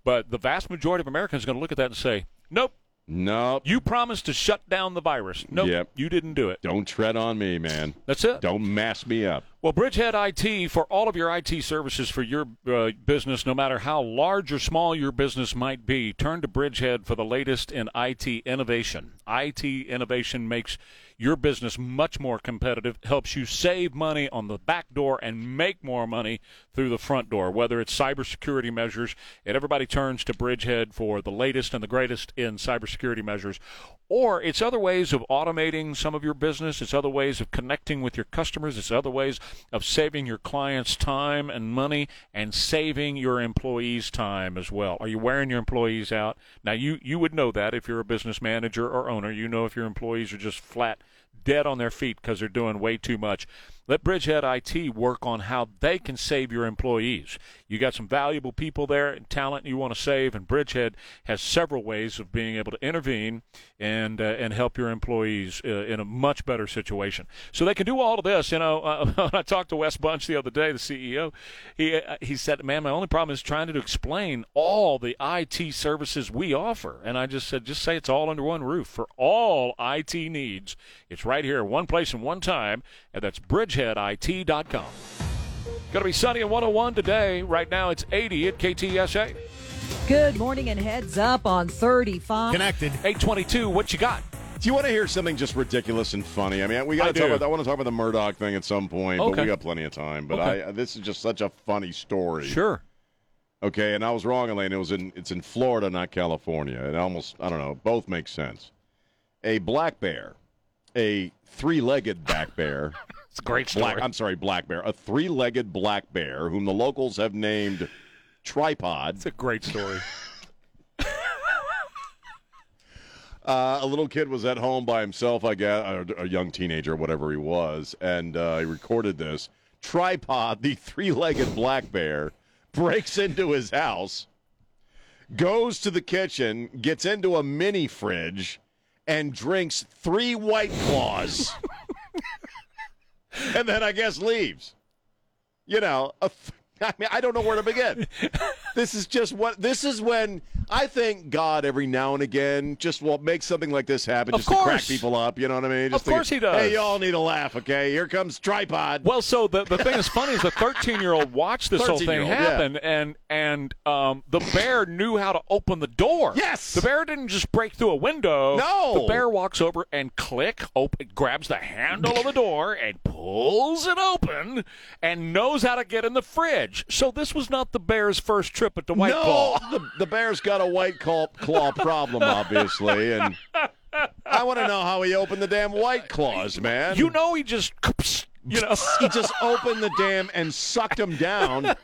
But the vast majority of Americans are going to look at that and say, "Nope,
Nope.
you promised to shut down the virus. Nope,
Yep.
you didn't do it."
Don't tread on me, man.
That's it.
Don't mash me up.
Well, Bridgehead IT for all of your IT services for your uh, business, no matter how large or small your business might be, turn to Bridgehead for the latest in IT innovation. IT innovation makes your business much more competitive, helps you save money on the back door and make more money through the front door, whether it's cybersecurity measures, and everybody turns to Bridgehead for the latest and the greatest in cybersecurity measures, or it's other ways of automating some of your business. It's other ways of connecting with your customers. It's other ways of saving your clients time and money and saving your employees time as well. Are you wearing your employees out? Now, you, you would know that if you're a business manager or owner. You know if your employees are just flat dead on their feet because they're doing way too much. Let Bridgehead IT work on how they can save your employees. You got some valuable people there and talent you want to save, and Bridgehead has several ways of being able to intervene and uh, and help your employees uh, in a much better situation. So they can do all of this. You know, uh, when I talked to Wes Bunch the other day, the CEO, he uh, he said, "Man, my only problem is trying to explain all the IT services we offer." And I just said, "Just say it's all under one roof for all IT needs. It's right here, one place and one time, and that's BridgeheadIT.com." Going to be sunny and 101 today. Right now it's 80 at KTSA.
Good morning and heads up on 35.
Connected. 822, what you got?
Do you want to hear something just ridiculous and funny? I mean, we
I
got to
do.
talk about. I want to talk about the Murdoch thing at some point, but
Okay.
we got plenty of time. But
Okay.
I, this is just such a funny story.
Sure.
Okay, and I was wrong, Elaine. It was in it's in Florida, not California. It almost I don't know. Both make sense. A black bear, a three-legged black bear.
it's a great
black,
story.
I'm sorry, black bear, a three-legged black bear whom the locals have named Tripod. It's
a great story.
Uh, a little kid was at home by himself, I guess, or a young teenager, whatever he was, and uh, he recorded this. Tripod, the three legged black bear, breaks into his house, goes to the kitchen, gets into a mini fridge, and drinks three White Claws. and then I guess leaves. You know, a th- I mean, I don't know where to begin. this is just what this is when I thank God every now and again just will make something like this happen
Of
just to crack
course.
people up. You know what I mean? Just
Of course
think,
he does.
Hey, y'all need a laugh, okay? Here comes tripod.
Well, so the, the thing is funny is the 13 year old watched this whole thing
13-year-old, yeah.
happen, and and um, the bear knew how to open the door.
Yes,
the bear didn't just break through a window.
No.
the bear walks over and click, open, grabs the handle of the door and pulls it open, and knows how to get in the fridge. So this was not the bear's first trip at the White
no,
Claw.
The, the bear's got a white claw, claw problem, obviously, and I want to know how he opened the damn white claws, man.
You know, he just you know
he just opened the dam and sucked him down.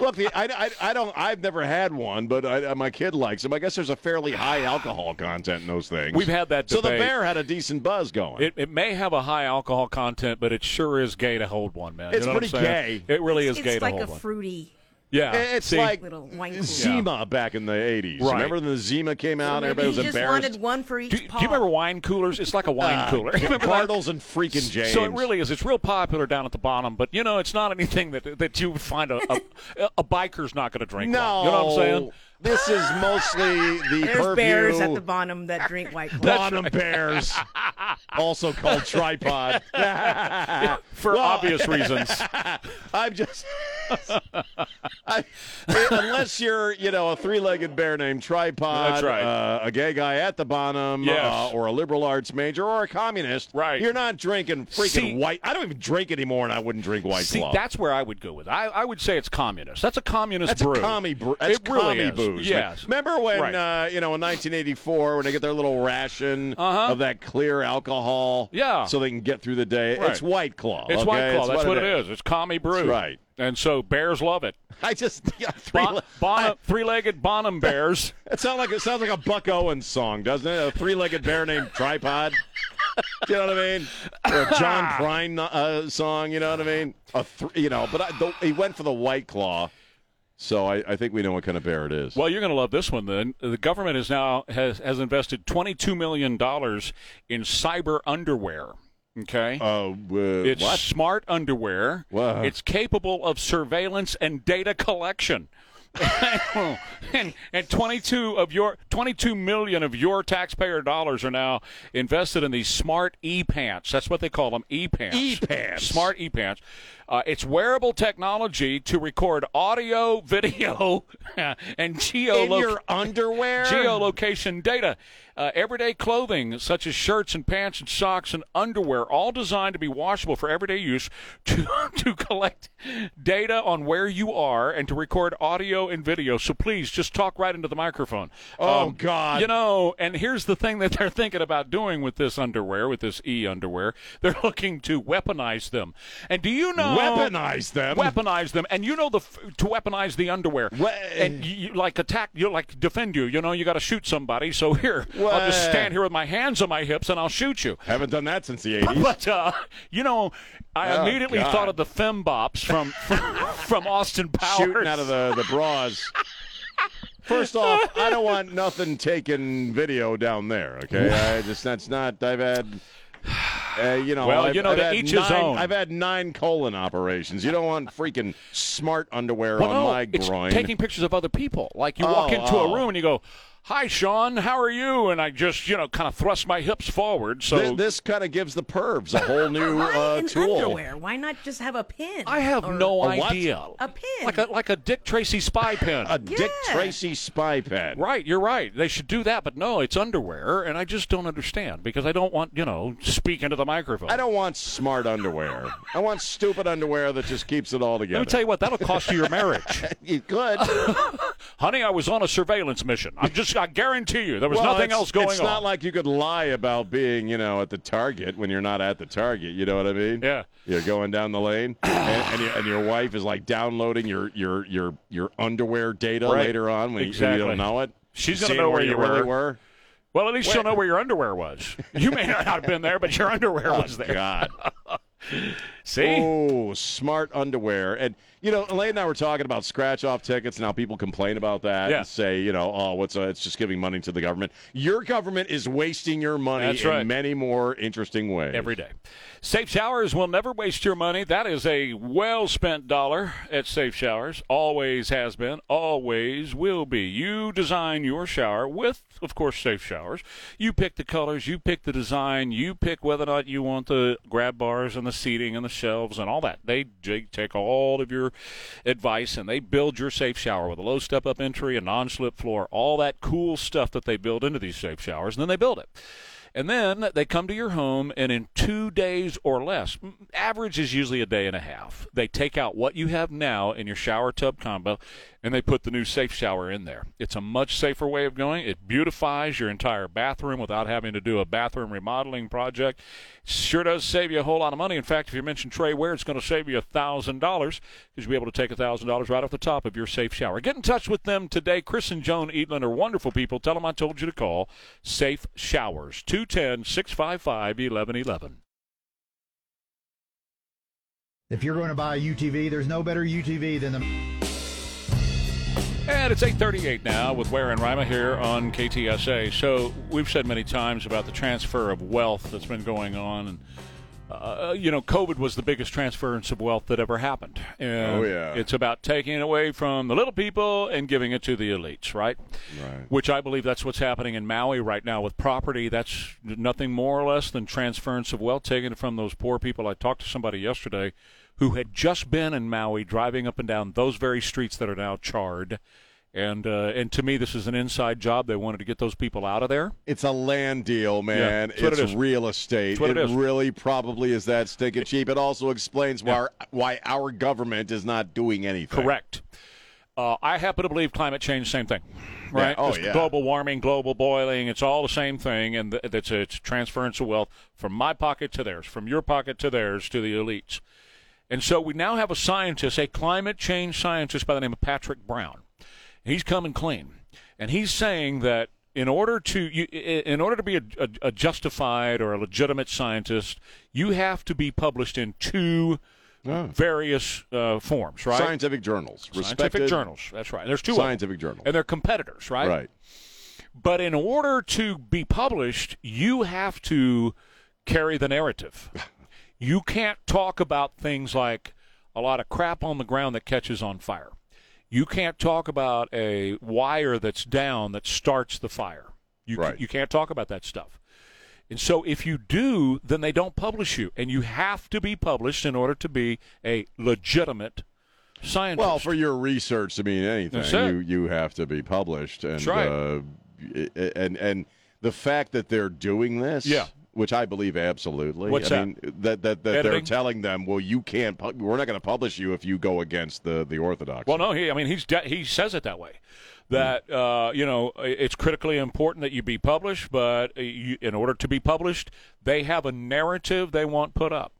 Look, the, I, I, I don't. I've never had one, but I, my kid likes them. I guess there's a fairly high alcohol content in those things.
We've had that
So the
debate.
bear had a decent buzz going.
It, it may have a high alcohol content, but it sure is gay to hold one, man. You
It's
know what I'm
pretty
saying?
gay.
It really is
it's
gay to
like
hold
a
one.
fruity.
yeah,
It's
see?
like
Little wine
Zima back in the '80s.
Right.
Remember when the Zima came out? and Everybody
Maybe
was
he just
embarrassed.
wanted one for each
Do, do you remember wine coolers? It's like a wine
Ah,
cooler. Remember that?
Bartles and freaking James.
So it really is. It's real popular down at the bottom, but you know, it's not anything that that you would find a a, a biker's not going to drink.
No,
one. you know what I'm saying?
This is mostly the
There's
curfew.
bears at the bottom that drink white claw.
Bottom bears, also called tripod,
For obvious reasons.
I'm just. I, unless you're, you know, a three-legged bear named Tripod,
That's right.
uh, a gay guy at the bottom,
Yes.
uh, or a liberal arts major, or a communist, right? You're not drinking freaking
See-
white. I don't even drink anymore, and I wouldn't drink White
See,
Claw.
that's where I would go with. it. I, I would say it's communist. That's a communist
That's
brew.
a commie brew. That's
it really
commie
is.
booze. man.
Yes.
Remember when
Right.
uh, you know in 1984 when they get their little ration
Uh-huh.
of that clear alcohol,
Yeah.
so they can get through the day.
Right.
It's White Claw.
It's
okay?
White Claw. That's what it is.
is.
It's commie brew.
That's right.
And so bears love it.
I just yeah, three.
Bon, Bonham, three-legged Bonham bears.
It sounds like it sounds like a Buck Owens song, doesn't it? A three-legged bear named Tripod. Do you know what I mean? Or a John Prine uh, song. You know what I mean? A three, you know, but I, the, he went for the White Claw, so I, I think we know what kind of bear it is.
Well, you're going to love this one. Then the government is now has has invested 22 million dollars in cyber underwear. Okay.
Oh, uh,
it's
what?
smart underwear.
Wow.
It's capable of surveillance and data collection. and, and 22 of your 22 million of your taxpayer dollars are now invested in these smart e-pants. That's what they call them, e-pants.
E-pants.
Smart e-pants. Uh, it's wearable technology to record audio, video, and
in
geolocation.
your underwear.
Geolocation data. Uh, everyday clothing, such as shirts and pants and socks and underwear, all designed to be washable for everyday use, to, to collect data on where you are and to record audio and video. So please just talk right into the microphone. Um,
Oh, God.
You know, and here's the thing that they're thinking about doing with this underwear, with this e underwear. They're looking to weaponize them. And do you know.
Weaponize them?
Weaponize them. And you know the f- to weaponize the underwear.
We-
and you, you, like attack you like defend you you know you got to shoot somebody so here i'll just
Well-
stand here with my hands on my hips and i'll shoot you
Haven't done that since the 80s.
but uh, you know i
Oh,
immediately
God.
thought of the fembops from from, from austin powers
Shooting out of the, the bras. First off, I don't want nothing taken video down there. Okay, I just that's not. I've had, uh, you know,
Well,
I've,
you know,
I've
to
had
each his
nine,
own.
I've had nine colon operations. You don't want freaking smart underwear
well,
on
no,
my
it's
groin.
taking pictures of other people like you walk
Oh,
into
oh.
a room and you go "Hi, Sean, how are you?" And I just, you know, kind of thrust my hips forward. So
Th- this kind of gives the pervs a whole new uh,
in
tool.
underwear. Why not just have a pin?
I have
Or-
no idea.
A pin.
Like a like a Dick Tracy spy pen.
a Dick Tracy spy pen.
Right, you're right. They should do that, but no, it's underwear, and I just don't understand because I don't want you know speak into the microphone.
I don't want smart underwear. I want stupid underwear that just keeps it all together.
Let me tell you what, that'll cost you your marriage.
you could.
Honey, I was on a surveillance mission. I'm just I guarantee you there was
Well,
nothing
it's-
else going
It's
on.
not like you could lie about being, you know, at the target when you're not at the target. You know what I mean? Yeah. You're going down the lane, and, and, your, and your wife is like downloading your your your your underwear data
Right.
later on when you-
exactly.
you don't know it.
She's
Seeing
gonna know where,
you
you
really
were.
were.
Well, at least she'll
Wait.
know where your underwear was. You may not have been there, but your underwear was there.
Oh, God.
See?
Oh, smart underwear. And, you know, Elaine and I were talking about scratch off tickets and how people complain about that
Yeah.
and say, you know, oh, what's a, it's just giving money to the government. Your government is wasting your money
That's
in
right.
many more interesting ways.
Every day. Safe Showers will never waste your money. That is a well spent dollar at Safe Showers. Always has been, always will be. You design your shower with, of course, Safe Showers. You pick the colors, you pick the design, you pick whether or not you want the grab bars and the seating and the shelves and all that. They j- take all of your advice and they build your safe shower with a low step up entry, a non slip floor, all that cool stuff that they build into these safe showers, and then they build it. And then they come to your home, and in two days or less, m- average is usually a day and a half, they take out what you have now in your shower tub combo and they put the new safe shower in there. It's a much safer way of going. It beautifies your entire bathroom without having to do a bathroom remodeling project. Sure does save you a whole lot of money. In fact, if you mention Trey Ware, it's going to save you $1,000 because you'll be able to take $1,000 right off the top of your safe shower. Get in touch with them today. Chris and Joan Eatland are wonderful people. Tell them I told you to call Safe Showers, 210 655 1111.
If you're going to buy a UTV, there's no better UTV than the.
And it's 8:38 now with Ware and Rima here on KTSA. So we've said many times about the transfer of wealth that's been going on, and uh, you know, COVID was the biggest transference of wealth that ever happened. And
Oh, yeah.
it's about taking it away from the little people and giving it to the elites, right?
Right.
Which I believe that's what's happening in Maui right now with property. That's nothing more or less than transference of wealth taken from those poor people. I talked to somebody yesterday who had just been in Maui driving up and down those very streets that are now charred. And uh, and to me, this is an inside job. They wanted to get those people out of there.
It's a land deal, man.
that's what it
it's
is.
real estate.
That's what it is.
really probably is that stinking cheap. It also explains why our, why our government is not doing anything.
Correct. Uh, I happen to believe climate change, same thing, right?
Yeah. Oh,
It's
yeah.
Global warming, global boiling, it's all the same thing, and th- it's a, it's transference of wealth from my pocket to theirs, from your pocket to theirs, to the elites. And so we now have a scientist, a climate change scientist by the name of Patrick Brown. He's coming clean, and he's saying that in order to you, i- in order to be a, a, a justified or a legitimate scientist, you have to be published in two
Oh.
various uh, forms, right?
Scientific journals.
Scientific
respected
journals. That's right. There's two of them.
Scientific journals.
and they're competitors, right?
Right.
But in order to be published, you have to carry the narrative. you can't talk about things like a lot of crap on the ground that catches on fire. You can't talk about a wire that's down that starts the fire. You,
Right.
you can't talk about that stuff. And so if you do, then they don't publish you. And you have to be published in order to be a legitimate scientist.
Well, for your research to mean anything,
That's it.
you you have to be published, and
That's right.
uh, i- and and the fact that they're doing this,
Yeah.
which I believe absolutely.
What's
I mean, that that, that they're
Editing?
telling them, well, you can't, pub- we're not going to publish you if you go against the the orthodox.
Well, no, he. I mean, he's de- he says it that way. That uh, you know, i- it's critically important that you be published, but uh, you, in order to be published, they have a narrative they want put up,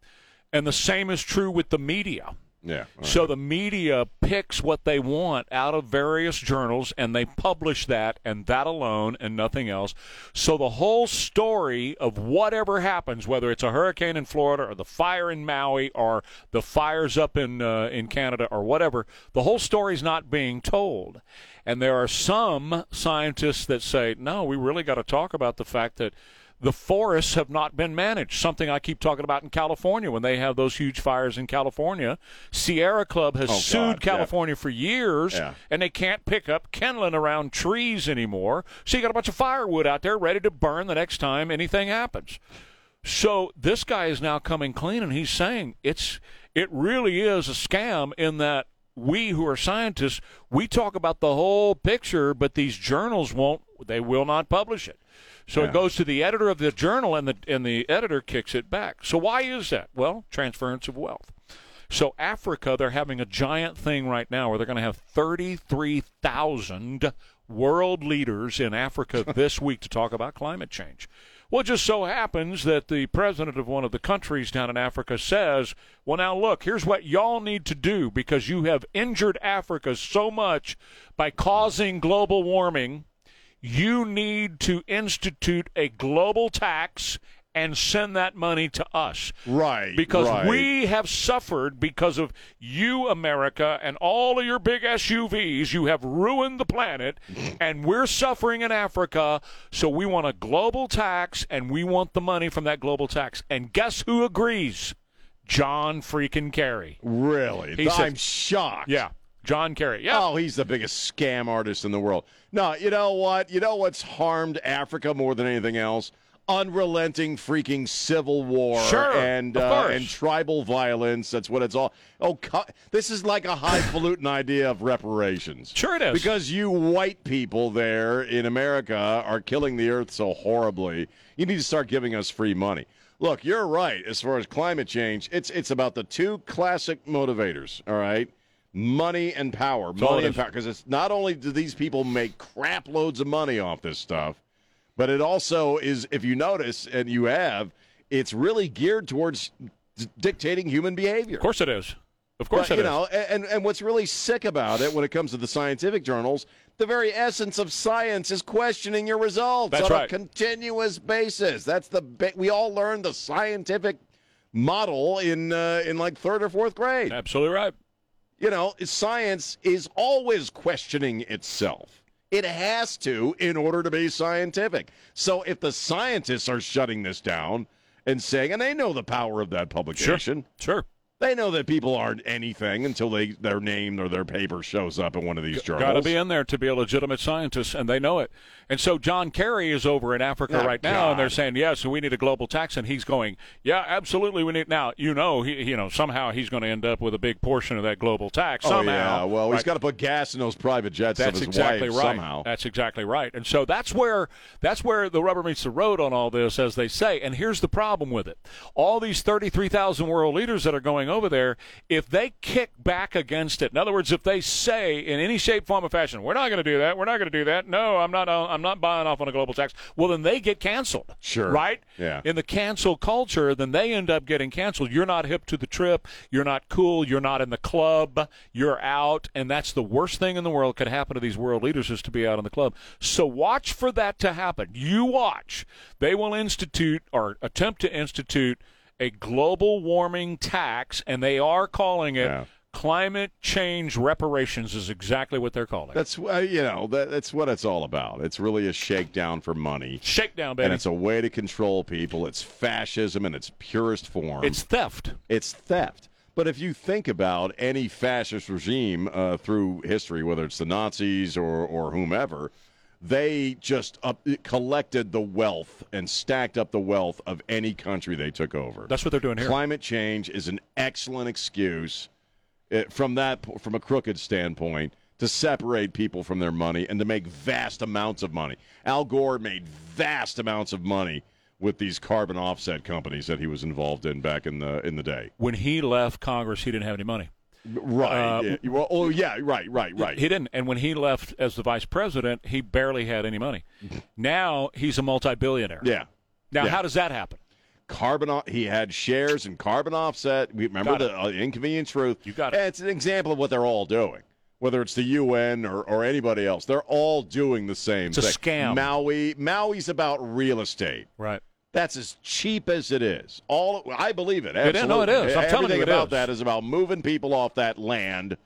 and the same is true with the media.
yeah.
So the media picks what they want out of various journals and they publish that and that alone and nothing else. So the whole story of whatever happens, whether it's a hurricane in Florida or the fire in Maui or the fires up in uh, in Canada or whatever, the whole story's not being told. And there are some scientists that say, "No, we really got to talk about the fact that The forests have not been managed, something I keep talking about in California when they have those huge fires in California. Sierra Club has
Oh,
sued
God, yeah.
California for years,
Yeah.
and they can't pick up kindling around trees anymore. So you got a bunch of firewood out there ready to burn the next time anything happens. So this guy is now coming clean, and he's saying it's it really is a scam in that we who are scientists we talk about the whole picture, but these journals won't they will not publish it. So
Yeah.
it goes to the editor of the journal, and the and the editor kicks it back. So why is that? Well, transference of wealth. So Africa, they're having a giant thing right now where they're going to have 33,000 world leaders in Africa this week to talk about climate change. Well, it just so happens that the president of one of the countries down in Africa says, "Well, now look, here's what y'all need to do because you have injured Africa so much by causing global warming." you need to institute a global tax and send that money to us.
Right.
Because
right.
we have suffered because of you, America, and all of your big SUVs. You have ruined the planet, and we're suffering in Africa. So we want a global tax, and we want the money from that global tax. And guess who agrees? John freaking Kerry.
Really?
He
I'm
says-
shocked.
Yeah. John Kerry. Yeah.
Oh, he's the biggest scam artist in the world. No, you know what? You know what's harmed Africa more than anything else? Unrelenting freaking civil war
Sure,
and
of
uh,
course.
and tribal violence. That's what it's all. Oh, co- this is like a highfalutin idea of reparations.
Sure, it is.
Because you white people there in America are killing the earth so horribly, you need to start giving us free money. Look, you're right as far as climate change. It's it's about the two classic motivators. All right, money and power.
all
money
it
and
is.
power. Because it's not only do these people make crap loads of money off this stuff, but it also is. If you notice, and you have, it's really geared towards d- dictating human behavior. Of
course it is. Of course
but,
it
you
is.
know, a- and and what's really sick about it when it comes to the scientific journals, the very essence of science is questioning your results
That's
on a
right.
continuous basis. That's the ba- we all learned the scientific model in uh, in like third or fourth grade.
Absolutely right.
You know, science is always questioning itself. It has to in order to be scientific. So if the scientists are shutting this down and saying, and they know the power of that publication,
sure,
they know that people aren't anything until they their name or their paper shows up in one of these journals.
Got to be in there to be a legitimate scientist, and they know it. And so John Kerry is over in Africa
Oh,
right now,
God.
and they're saying, "Yes, we need a global tax," and he's going, "Yeah, absolutely, we need." Now you know, he, you know, somehow he's going to end up with a big portion of that global tax.
Oh
somehow,
yeah, well, he's
Right.
got to put gas in those private jets
That's
of his
exactly
wife
right.
somehow.
That's exactly right. And so that's where that's where the rubber meets the road on all this, as they say. And here's the problem with it: all these 33,000 world leaders that are going over there, if they kick back against it, in other words, if they say in any shape, form, or fashion, "We're not going to do that. We're not going to do that. No, I'm not. I'm not buying off on a global tax." Well, then they get canceled.
Sure.
Right?
Yeah.
In the cancel culture, then they end up getting canceled. You're not hip to the trip. You're not cool. You're not in the club. You're out. And that's the worst thing in the world could happen to these world leaders is to be out in the club. So watch for that to happen. You watch. They will institute or attempt to institute a global warming tax, and they are calling it climate change reparations, is exactly what they're calling it.
That's uh, you know that, that's what it's all about. It's really a shakedown for money,
Shakedown, baby.
and it's a way to control people. It's fascism in its purest form.
It's theft.
It's theft. But if you think about any fascist regime uh, through history, whether it's the Nazis or, or whomever, they just up, collected the wealth and stacked up the wealth of any country they took over.
That's what they're doing here.
Climate change is an excellent excuse uh, from that po- from a crooked standpoint to separate people from their money and to make vast amounts of money. Al Gore made vast amounts of money with these carbon offset companies that he was involved in back in the in the day.
When he left Congress, he didn't have any money.
Right.
Uh,
yeah. Well, oh yeah, right, right, right.
He didn't. And when he left as the vice president, he barely had any money. Now he's a multi-billionaire.
Yeah.
Now
Yeah.
how does that happen?
carbon o- he had shares in carbon offset we remember
Got it.
the uh, inconvenient truth you
got
it it's an example of what they're all doing whether it's the UN or, or anybody else they're all doing the same
It's a
thing
scam.
Maui Maui's about real estate
right
that's as cheap as it is all I believe it
It is.
absolutely
No, it is. I'm telling
everything
you, it
about
is.
that is about moving people off that land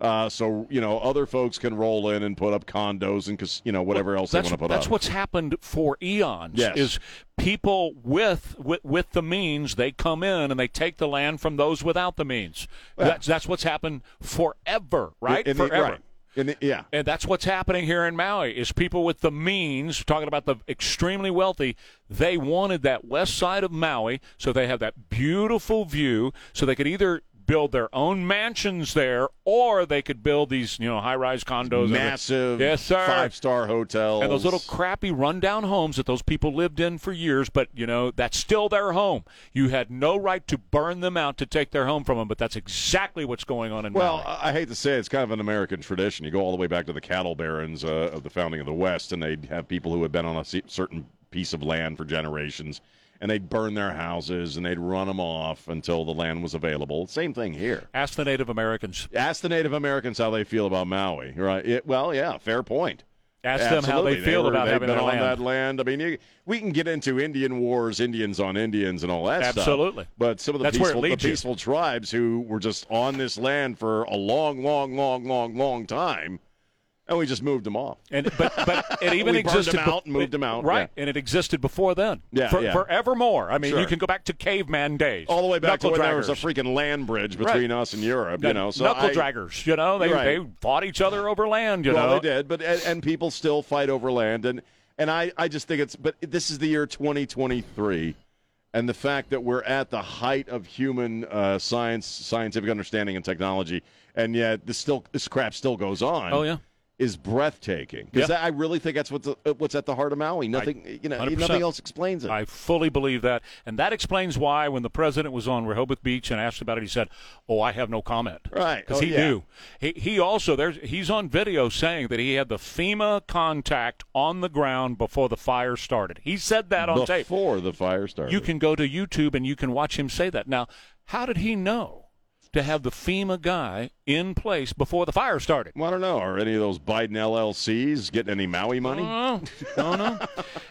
uh, so you know other folks can roll in and put up condos and cas- you know whatever else they
that's,
want to put
that's
up.
what's happened for eons
Yes.
is people with, with with the means they come in and they take the land from those without the means that's that's what's happened forever right
In the-
forever
right. In the- yeah.
and that's what's happening here in Maui is people with the means, talking about the extremely wealthy, they wanted that west side of Maui so they have that beautiful view so they could either build their own mansions there or they could build these, you know, high-rise condos.
Massive
Yes, sir.
five-star hotels.
And those little crappy rundown homes that those people lived in for years, but you know, that's still their home. You had no right to burn them out to take their home from them, but that's exactly what's going on in
Well,
Maui.
I I hate to say it, it's kind of an American tradition. You go all the way back to the cattle barons uh, of the founding of the West, and they'd have people who had been on a se- certain piece of land for generations, and they'd burn their houses and they'd run them off until the land was available. Same thing here.
Ask the Native Americans.
Ask the Native Americans how they feel about Maui, right? It, well, yeah, fair point.
Ask them how they
Absolutely.
feel
were-
about
they've
having
been
their
on
land.
that land. I mean, you, we can get into Indian wars, Indians on Indians, and all that stuff.
Absolutely.
But some of the
That's where it
peaceful, the
leads you.
peaceful tribes who were just on this land for a long, long, long, long, long time, and we just moved them off.
And but but it even
We burned
existed
them out
bef-
and moved them out,
right? And it existed before then,
Yeah,
For,
yeah.
forevermore. I mean,
Sure.
you can go back to caveman days,
all the way back to
knuckle
when there was a
draggers.
freaking land bridge
Right.
between us and Europe.
Yeah,
You know, so
knuckle
I-
draggers. You know, they
Right.
they fought each other over land. You
well,
know,
they did, but and, and people still fight over land, and and I I just think it's but this is the year 2023, and the fact that we're at the height of human uh, science, scientific understanding, and technology, and yet this still this crap still goes on.
Oh, yeah.
Is breathtaking because
Yeah.
I really think that's what's uh, what's at the heart of Maui. Nothing, you know,
100%.
nothing else explains it.
I fully believe that, and that explains why when the president was on Rehoboth Beach and asked about it, he said, "Oh, I have no comment."
Right.
because
Oh,
he
yeah.
knew. He, he also there's he's on video saying that he had the FEMA contact on the ground before the fire started. He said that on tape.
before the fire started.
You can go to YouTube and you can watch him say that. Now, how did he know to have the FEMA guy in place before the fire started?
Well, I don't know. Are any of those Biden LLCs getting any Maui money?
Oh, no, no.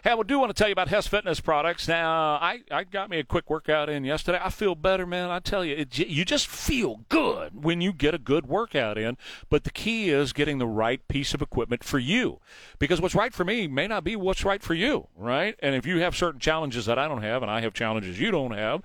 hey, we do want to tell you about Hess Fitness products. Now, I, I got me a quick workout in yesterday. I feel better, man. I tell you, it, j- you just feel good when you get a good workout in. But the key is getting the right piece of equipment for you, because what's right for me may not be what's right for you, right? And if you have certain challenges that I don't have, and I have challenges you don't have,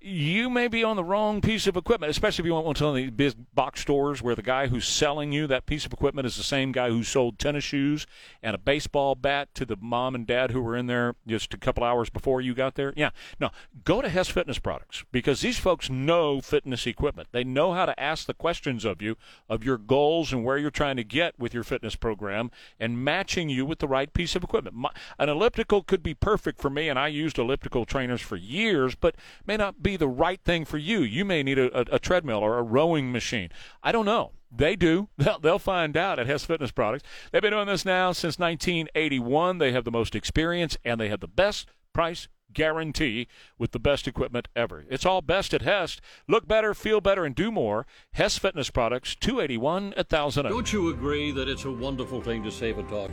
you may be on the wrong piece of equipment, especially if you want one of these big box stores where the guy who's selling you that piece of equipment is the same guy who sold tennis shoes and a baseball bat to the mom and dad who were in there just a couple hours before you got there. Yeah, no, go to Hess Fitness Products because these folks know fitness equipment. They know how to ask the questions of you of your goals and where you're trying to get with your fitness program and matching you with the right piece of equipment. My, an elliptical could be perfect for me, and I used elliptical trainers for years, but may not be the right thing for you. You may need a, a, a treadmill or a rowing machine. I don't know. They do. They'll, they'll find out at Hess Fitness Products. They've been doing this now since 1981. They have the most experience and they have the best price guarantee with the best equipment ever. It's all best at Hess. Look better, feel better, and do more. Hess Fitness Products, 281 at 1000.
Don't you agree that it's a wonderful thing to save a dog?